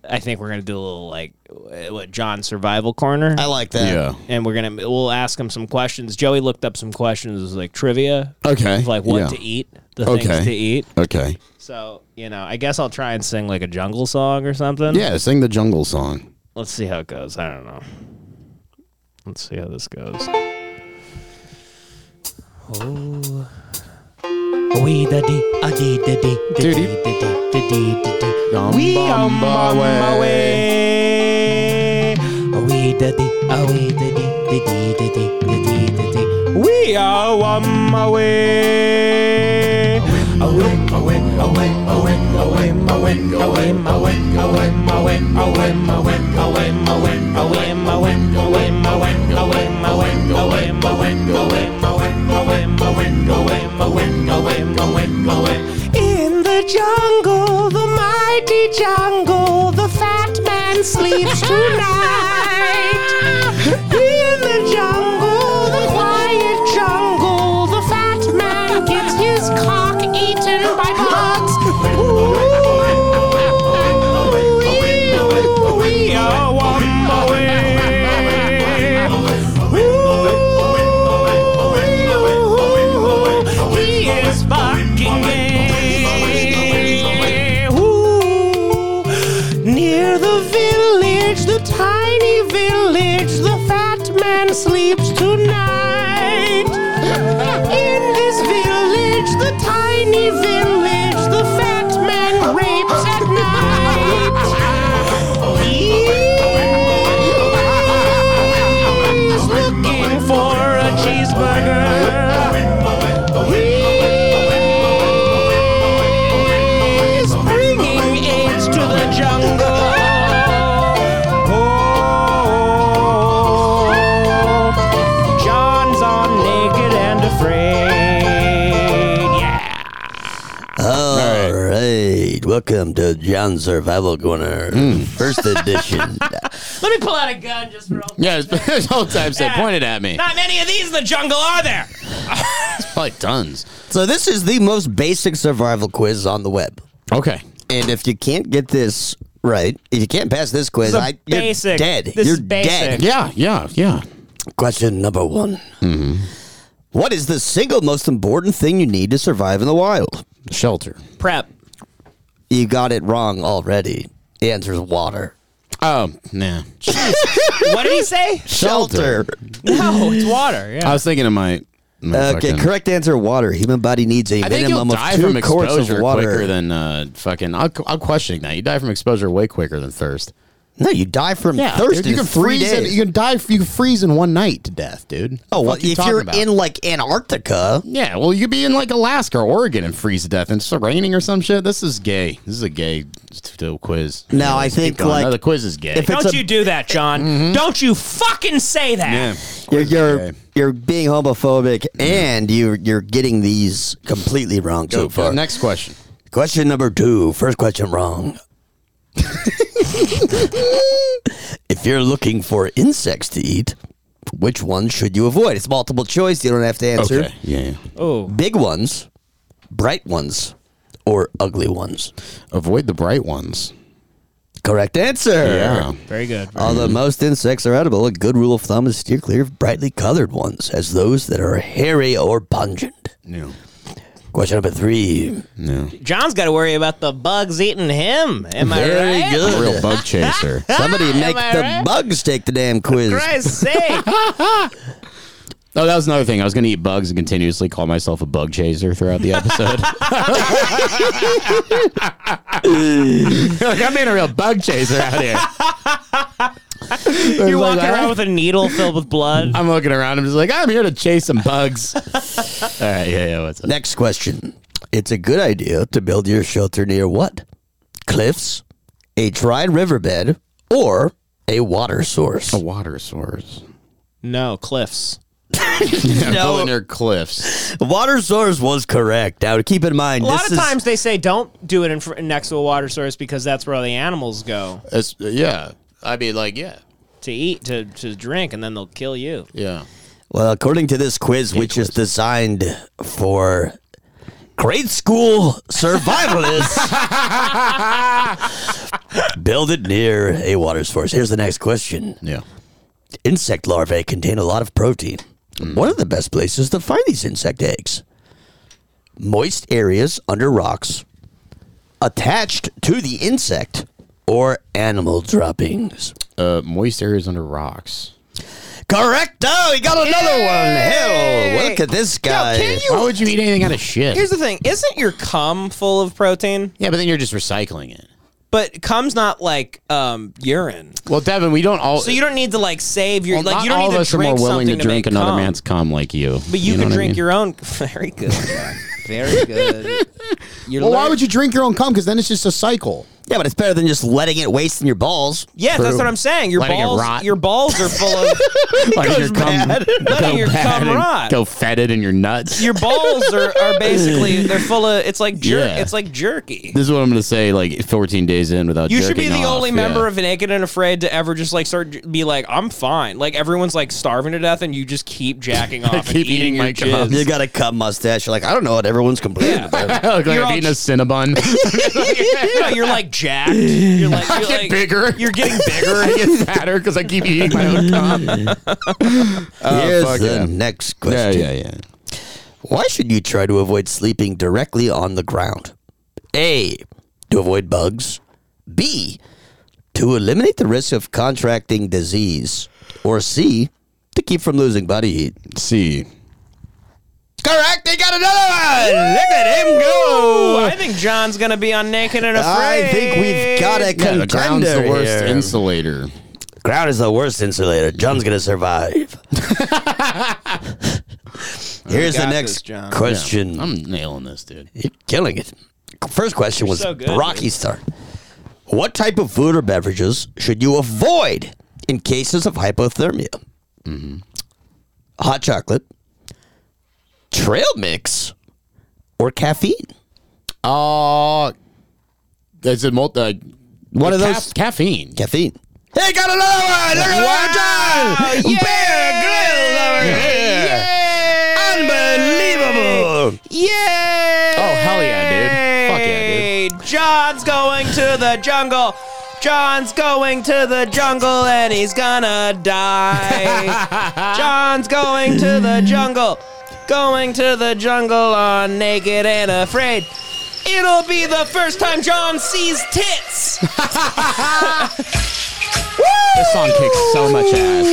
Speaker 4: I think we're going to do a little like uh, what John's Survival Corner.
Speaker 5: I like that. Yeah.
Speaker 4: And we're gonna we'll ask him some questions. Joey looked up some questions like trivia.
Speaker 3: Okay.
Speaker 4: Of, like what
Speaker 3: Yeah.
Speaker 4: to eat, the
Speaker 3: Okay.
Speaker 4: things to eat.
Speaker 3: Okay.
Speaker 4: So you know, I guess I'll try and sing like a jungle song or something.
Speaker 3: Yeah, sing the jungle song.
Speaker 4: Let's see how it goes. I don't know. Let's see how this goes. Oh. We da dee, a dee da dee, da dee da dee, da dee da dee. We on our way. We da dee, a we da dee, da dee da dee, da dee da dee. We are on our way. Away, away, away, away, away, away, away, away, away, away, away, away, away, away, away, away, away, away, away, away, away, away, away, away, away, away, away, away, away, away. In the jungle, the mighty jungle, the fat man sleeps tonight. In the jungle, the quiet jungle, the fat man gets his cock eaten by bugs. Ooh, we are one away. Ooh, he is barking gay. Ooh, near the village, the tiny village, the fat man sleeps tonight. In this village, the tiny village, the fat man rapes at night. He is looking for a cheeseburger. He is bringing AIDS to the jungle. Oh, John's on naked and afraid. Yeah.
Speaker 5: All right. Welcome to John's Survival Corner, first edition.
Speaker 4: Let me pull out a gun just for all.
Speaker 3: Yeah, *laughs* there's whole time they
Speaker 4: Yeah.
Speaker 3: pointed at
Speaker 4: *laughs*
Speaker 3: me.
Speaker 4: Not many of these in the jungle are there.
Speaker 3: It's probably tons.
Speaker 5: *laughs* so, this is the most basic survival quiz on the web.
Speaker 3: Okay.
Speaker 5: And if you can't get this right, if you can't pass this quiz,
Speaker 4: This is
Speaker 5: I,
Speaker 4: basic.
Speaker 5: you're dead.
Speaker 4: This
Speaker 5: you're
Speaker 4: is basic.
Speaker 5: dead.
Speaker 3: Yeah, yeah, yeah.
Speaker 5: Question number Mm-hmm. one What is the single most important thing you need to survive in the wild?
Speaker 3: Shelter.
Speaker 18: Prep.
Speaker 5: You got it wrong already. The answer is water.
Speaker 3: Oh, nah.
Speaker 18: what did he
Speaker 4: *laughs*
Speaker 18: say?
Speaker 5: Shelter.
Speaker 18: No, it's water. Yeah.
Speaker 3: I was thinking of my. my
Speaker 5: Okay,
Speaker 3: fucking-
Speaker 5: correct answer water. Human body needs a
Speaker 3: I think you'll
Speaker 5: minimum of
Speaker 3: die
Speaker 5: two
Speaker 3: from
Speaker 5: quarts of
Speaker 3: exposure
Speaker 5: water.
Speaker 3: quicker than uh, fucking. I'll, I'm questioning that. You die from exposure way quicker than thirst.
Speaker 5: No, you die from
Speaker 3: dude, you can freeze in- you can die. You can freeze in one night to death, dude.
Speaker 5: Oh,
Speaker 3: The
Speaker 5: well,
Speaker 3: fuck you
Speaker 5: if
Speaker 3: talking
Speaker 5: you're
Speaker 3: about?
Speaker 5: in like Antarctica,
Speaker 3: Yeah, well, you could be in like Alaska or Oregon and freeze to death, and it's raining or some shit. This is gay. This is a gay t- t- quiz.
Speaker 5: No, I
Speaker 3: keep
Speaker 5: think,
Speaker 3: going.
Speaker 5: like,
Speaker 3: no, the quiz is gay.
Speaker 18: Don't you do that, John.
Speaker 4: Mm-hmm.
Speaker 18: Don't you fucking say that.
Speaker 3: Yeah.
Speaker 5: you're you're, you're being homophobic and you're you're getting these completely wrong so far.
Speaker 3: next question.
Speaker 5: Question number two. First question wrong. *laughs* if you're looking for insects to eat, which ones should you avoid? It's multiple choice. You don't have to answer.
Speaker 3: Okay. Yeah.
Speaker 5: Oh. Big ones, bright ones, or ugly ones.
Speaker 3: Avoid the bright ones.
Speaker 5: Correct answer.
Speaker 3: Yeah.
Speaker 4: Very good.
Speaker 5: Although most insects are edible, a good rule of thumb is to steer clear of brightly colored ones, as those that are hairy or pungent.
Speaker 3: No.
Speaker 5: Question
Speaker 4: *laughs*
Speaker 5: number three.
Speaker 3: No.
Speaker 4: John's got to worry about the bugs eating him. Am I
Speaker 5: Very
Speaker 4: right?
Speaker 5: good.
Speaker 3: Real bug *laughs* chaser.
Speaker 5: Somebody make
Speaker 4: I
Speaker 5: the
Speaker 4: right?
Speaker 5: bugs take the damn quiz.
Speaker 4: *laughs* Christ's sake.
Speaker 3: Oh, that was another thing. I was going to eat bugs and continuously call myself a bug chaser throughout the episode. *laughs* like, I'm being a real bug chaser out here. like,
Speaker 4: You're walking
Speaker 3: all right.
Speaker 4: around with a needle filled with blood.
Speaker 3: I'm looking around. I'm just like, I'm here to chase some bugs. All right. Yeah. Yeah. What's up?
Speaker 5: Next question. It's a good idea to build your shelter near what? Cliffs, a dry riverbed, or a water source? A
Speaker 3: water source.
Speaker 4: *laughs* No, cliffs.
Speaker 3: *laughs*
Speaker 5: No.
Speaker 3: Building near cliffs.
Speaker 5: Water source was correct. Now, keep in mind,
Speaker 4: A
Speaker 5: this
Speaker 4: lot of
Speaker 5: is-
Speaker 4: times they say don't do it in fr- next to a water source because that's where all the animals go
Speaker 3: It's, yeah. I mean, like, yeah.
Speaker 4: to eat, to, to drink, and then they'll kill you.
Speaker 3: Yeah.
Speaker 5: Well, according to this quiz, which is designed for grade school survivalists, build it near a water source. Here's the next question.
Speaker 3: Yeah.
Speaker 5: Insect larvae contain a lot of protein. One of the best places to find these insect eggs moist areas under rocks, attached to the insect, or animal droppings.
Speaker 3: Uh, moist areas under rocks.
Speaker 5: Correcto! He got another one! Hell, look at this guy.
Speaker 3: Why would you eat anything out of shit?
Speaker 4: Here's the thing isn't your cum full of protein?
Speaker 3: yeah, but then you're just recycling it.
Speaker 4: But cum's not like um, urine.
Speaker 3: Well, Devin, we don't all.
Speaker 4: So you don't need to like save your.
Speaker 3: well,
Speaker 4: like,
Speaker 3: not
Speaker 4: you don't
Speaker 3: all
Speaker 4: need
Speaker 3: of
Speaker 4: to
Speaker 3: us are
Speaker 4: drink
Speaker 3: more willing to
Speaker 4: something
Speaker 3: drink
Speaker 4: make
Speaker 3: another
Speaker 4: cum.
Speaker 3: man's cum like you.
Speaker 4: But you,
Speaker 3: know
Speaker 4: can
Speaker 3: what I
Speaker 4: drink
Speaker 3: mean?
Speaker 4: your own. *laughs* Very good. John. Very good. You're
Speaker 17: Well,
Speaker 4: lear-
Speaker 17: why would you drink your own cum? Because then it's just a cycle.
Speaker 5: Yeah, but it's better than just letting it waste in your balls.
Speaker 4: Yeah, that's what I'm saying. Your
Speaker 3: Letting it
Speaker 4: balls,
Speaker 3: rot.
Speaker 4: your balls are full *laughs* of
Speaker 3: Letting your cum,
Speaker 4: letting your cum
Speaker 3: and
Speaker 4: rot.
Speaker 3: Go fetid in your nuts.
Speaker 4: Your balls are,
Speaker 3: *laughs*
Speaker 4: are basically they're full of it's like jerk
Speaker 3: Yeah.
Speaker 4: it's like jerky.
Speaker 3: this is what I'm gonna say. Like 14 days in without.
Speaker 4: You should be the
Speaker 3: jerking off.
Speaker 4: only
Speaker 3: Yeah.
Speaker 4: member of Naked and Afraid to ever just like start j- be like I'm fine. Like everyone's like starving to death and you just
Speaker 3: *laughs*
Speaker 4: keep jacking off and
Speaker 3: keep eating
Speaker 4: eating, your
Speaker 3: my cum.
Speaker 4: jizz.
Speaker 5: You got a cum mustache. You're like, I don't know what everyone's complaining
Speaker 3: *laughs*
Speaker 5: about.
Speaker 3: I look like
Speaker 4: You're
Speaker 3: I'm
Speaker 4: all
Speaker 3: eating a Cinnabon. *laughs*
Speaker 4: No, you're like jacked. You're like
Speaker 3: I
Speaker 4: you're
Speaker 3: get
Speaker 4: like-
Speaker 3: bigger.
Speaker 4: You're getting
Speaker 3: *laughs*
Speaker 4: bigger.
Speaker 3: I get fatter because I keep eating my own cum.
Speaker 5: Here's
Speaker 3: Oh, fuck
Speaker 5: the
Speaker 3: yeah.
Speaker 5: Oh, next question.
Speaker 3: yeah, yeah.
Speaker 5: Why should you try to avoid sleeping directly on the ground? A. To avoid bugs. B. To eliminate the risk of contracting disease. Or C. To keep from losing body heat.
Speaker 3: C.
Speaker 5: Correct. They got another one. Look at him go.
Speaker 4: I think John's gonna be on Naked and Afraid.
Speaker 5: I think we've got a
Speaker 3: Yeah,
Speaker 5: contender
Speaker 3: the ground's the worst
Speaker 5: here.
Speaker 3: insulator.
Speaker 5: Ground is the worst insulator. John's gonna *laughs* survive. Here's the
Speaker 4: got
Speaker 5: next
Speaker 4: this, John.
Speaker 5: question.
Speaker 3: I'm nailing this, dude.
Speaker 5: You're killing it. First question was
Speaker 4: so good,
Speaker 5: Rocky
Speaker 4: dude.
Speaker 5: Star. What type of food or beverages should you avoid in cases of hypothermia?
Speaker 4: Mm-hmm.
Speaker 5: Hot chocolate, trail mix, or caffeine?
Speaker 3: Uh, is it multi? Uh,
Speaker 5: One of
Speaker 3: ca-
Speaker 5: those-
Speaker 3: caffeine.
Speaker 5: Caffeine. Hey, got another one! Look at that, John! Bear Grylls over here! Unbelievable!
Speaker 4: Yay!
Speaker 3: Oh hell yeah, dude! Fuck yeah, dude!
Speaker 4: John's going to the jungle. John's going to the jungle and he's gonna
Speaker 3: *laughs*
Speaker 4: die. John's going to the jungle. Going to the jungle on naked and afraid. It'll be the first time John sees tits.
Speaker 19: This song kicks so much ass.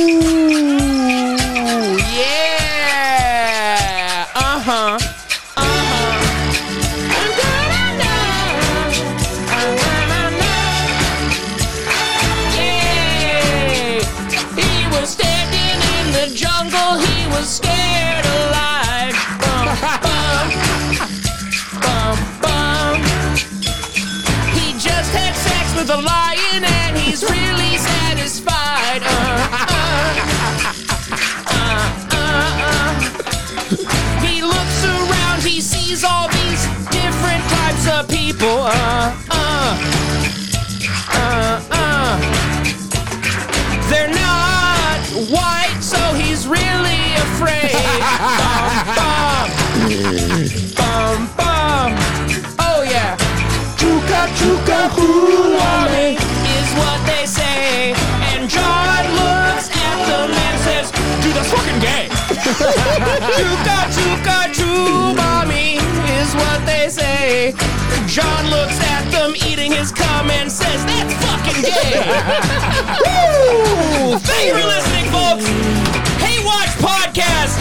Speaker 4: yeah. Uh-huh. Uh huh. He was standing in the jungle. He was scared alive. Bum, bum, bum, bum. He just had sex with a lion and he's really satisfied. Uh, uh, uh, uh, uh. He looks around. He sees all these different types of people. Uh, uh, uh, uh. They're not white, so he's really *laughs* afraid. bum, bum, bum. Oh, yeah. Chuka, chuka, hulame is what they say. And John looks at the man and says, Dude, that's fucking gay. chuka, chuka, chubami is what they say. John looks at them eating his cum and says, That's fucking
Speaker 3: *laughs*
Speaker 4: gay. Woo! Thank you for listening, folks. Hey Watch Podcast.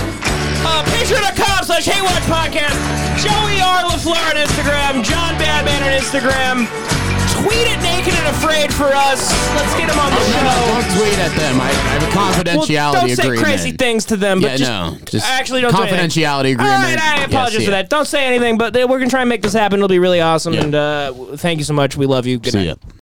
Speaker 4: Uh, Patreon.com slash Hey Watch Podcast. Joey R. LaFleur on Instagram. John Badman on Instagram. Tweet at Naked and Afraid for us. Let's get him on the show.
Speaker 3: Don't tweet at them. I, I have a confidentiality
Speaker 4: Well, don't say
Speaker 3: agreement.
Speaker 4: crazy things to them, but
Speaker 3: yeah,
Speaker 4: just-
Speaker 3: no, just
Speaker 4: actually don't do anything.
Speaker 3: confidentiality agreement.
Speaker 4: All right, I
Speaker 3: Yeah,
Speaker 4: apologize
Speaker 3: see
Speaker 4: for
Speaker 3: ya.
Speaker 4: that. Don't say anything, but uh, we're going to try and make this happen. It'll be really awesome. And uh, w- thank you so much. We love you. Good night.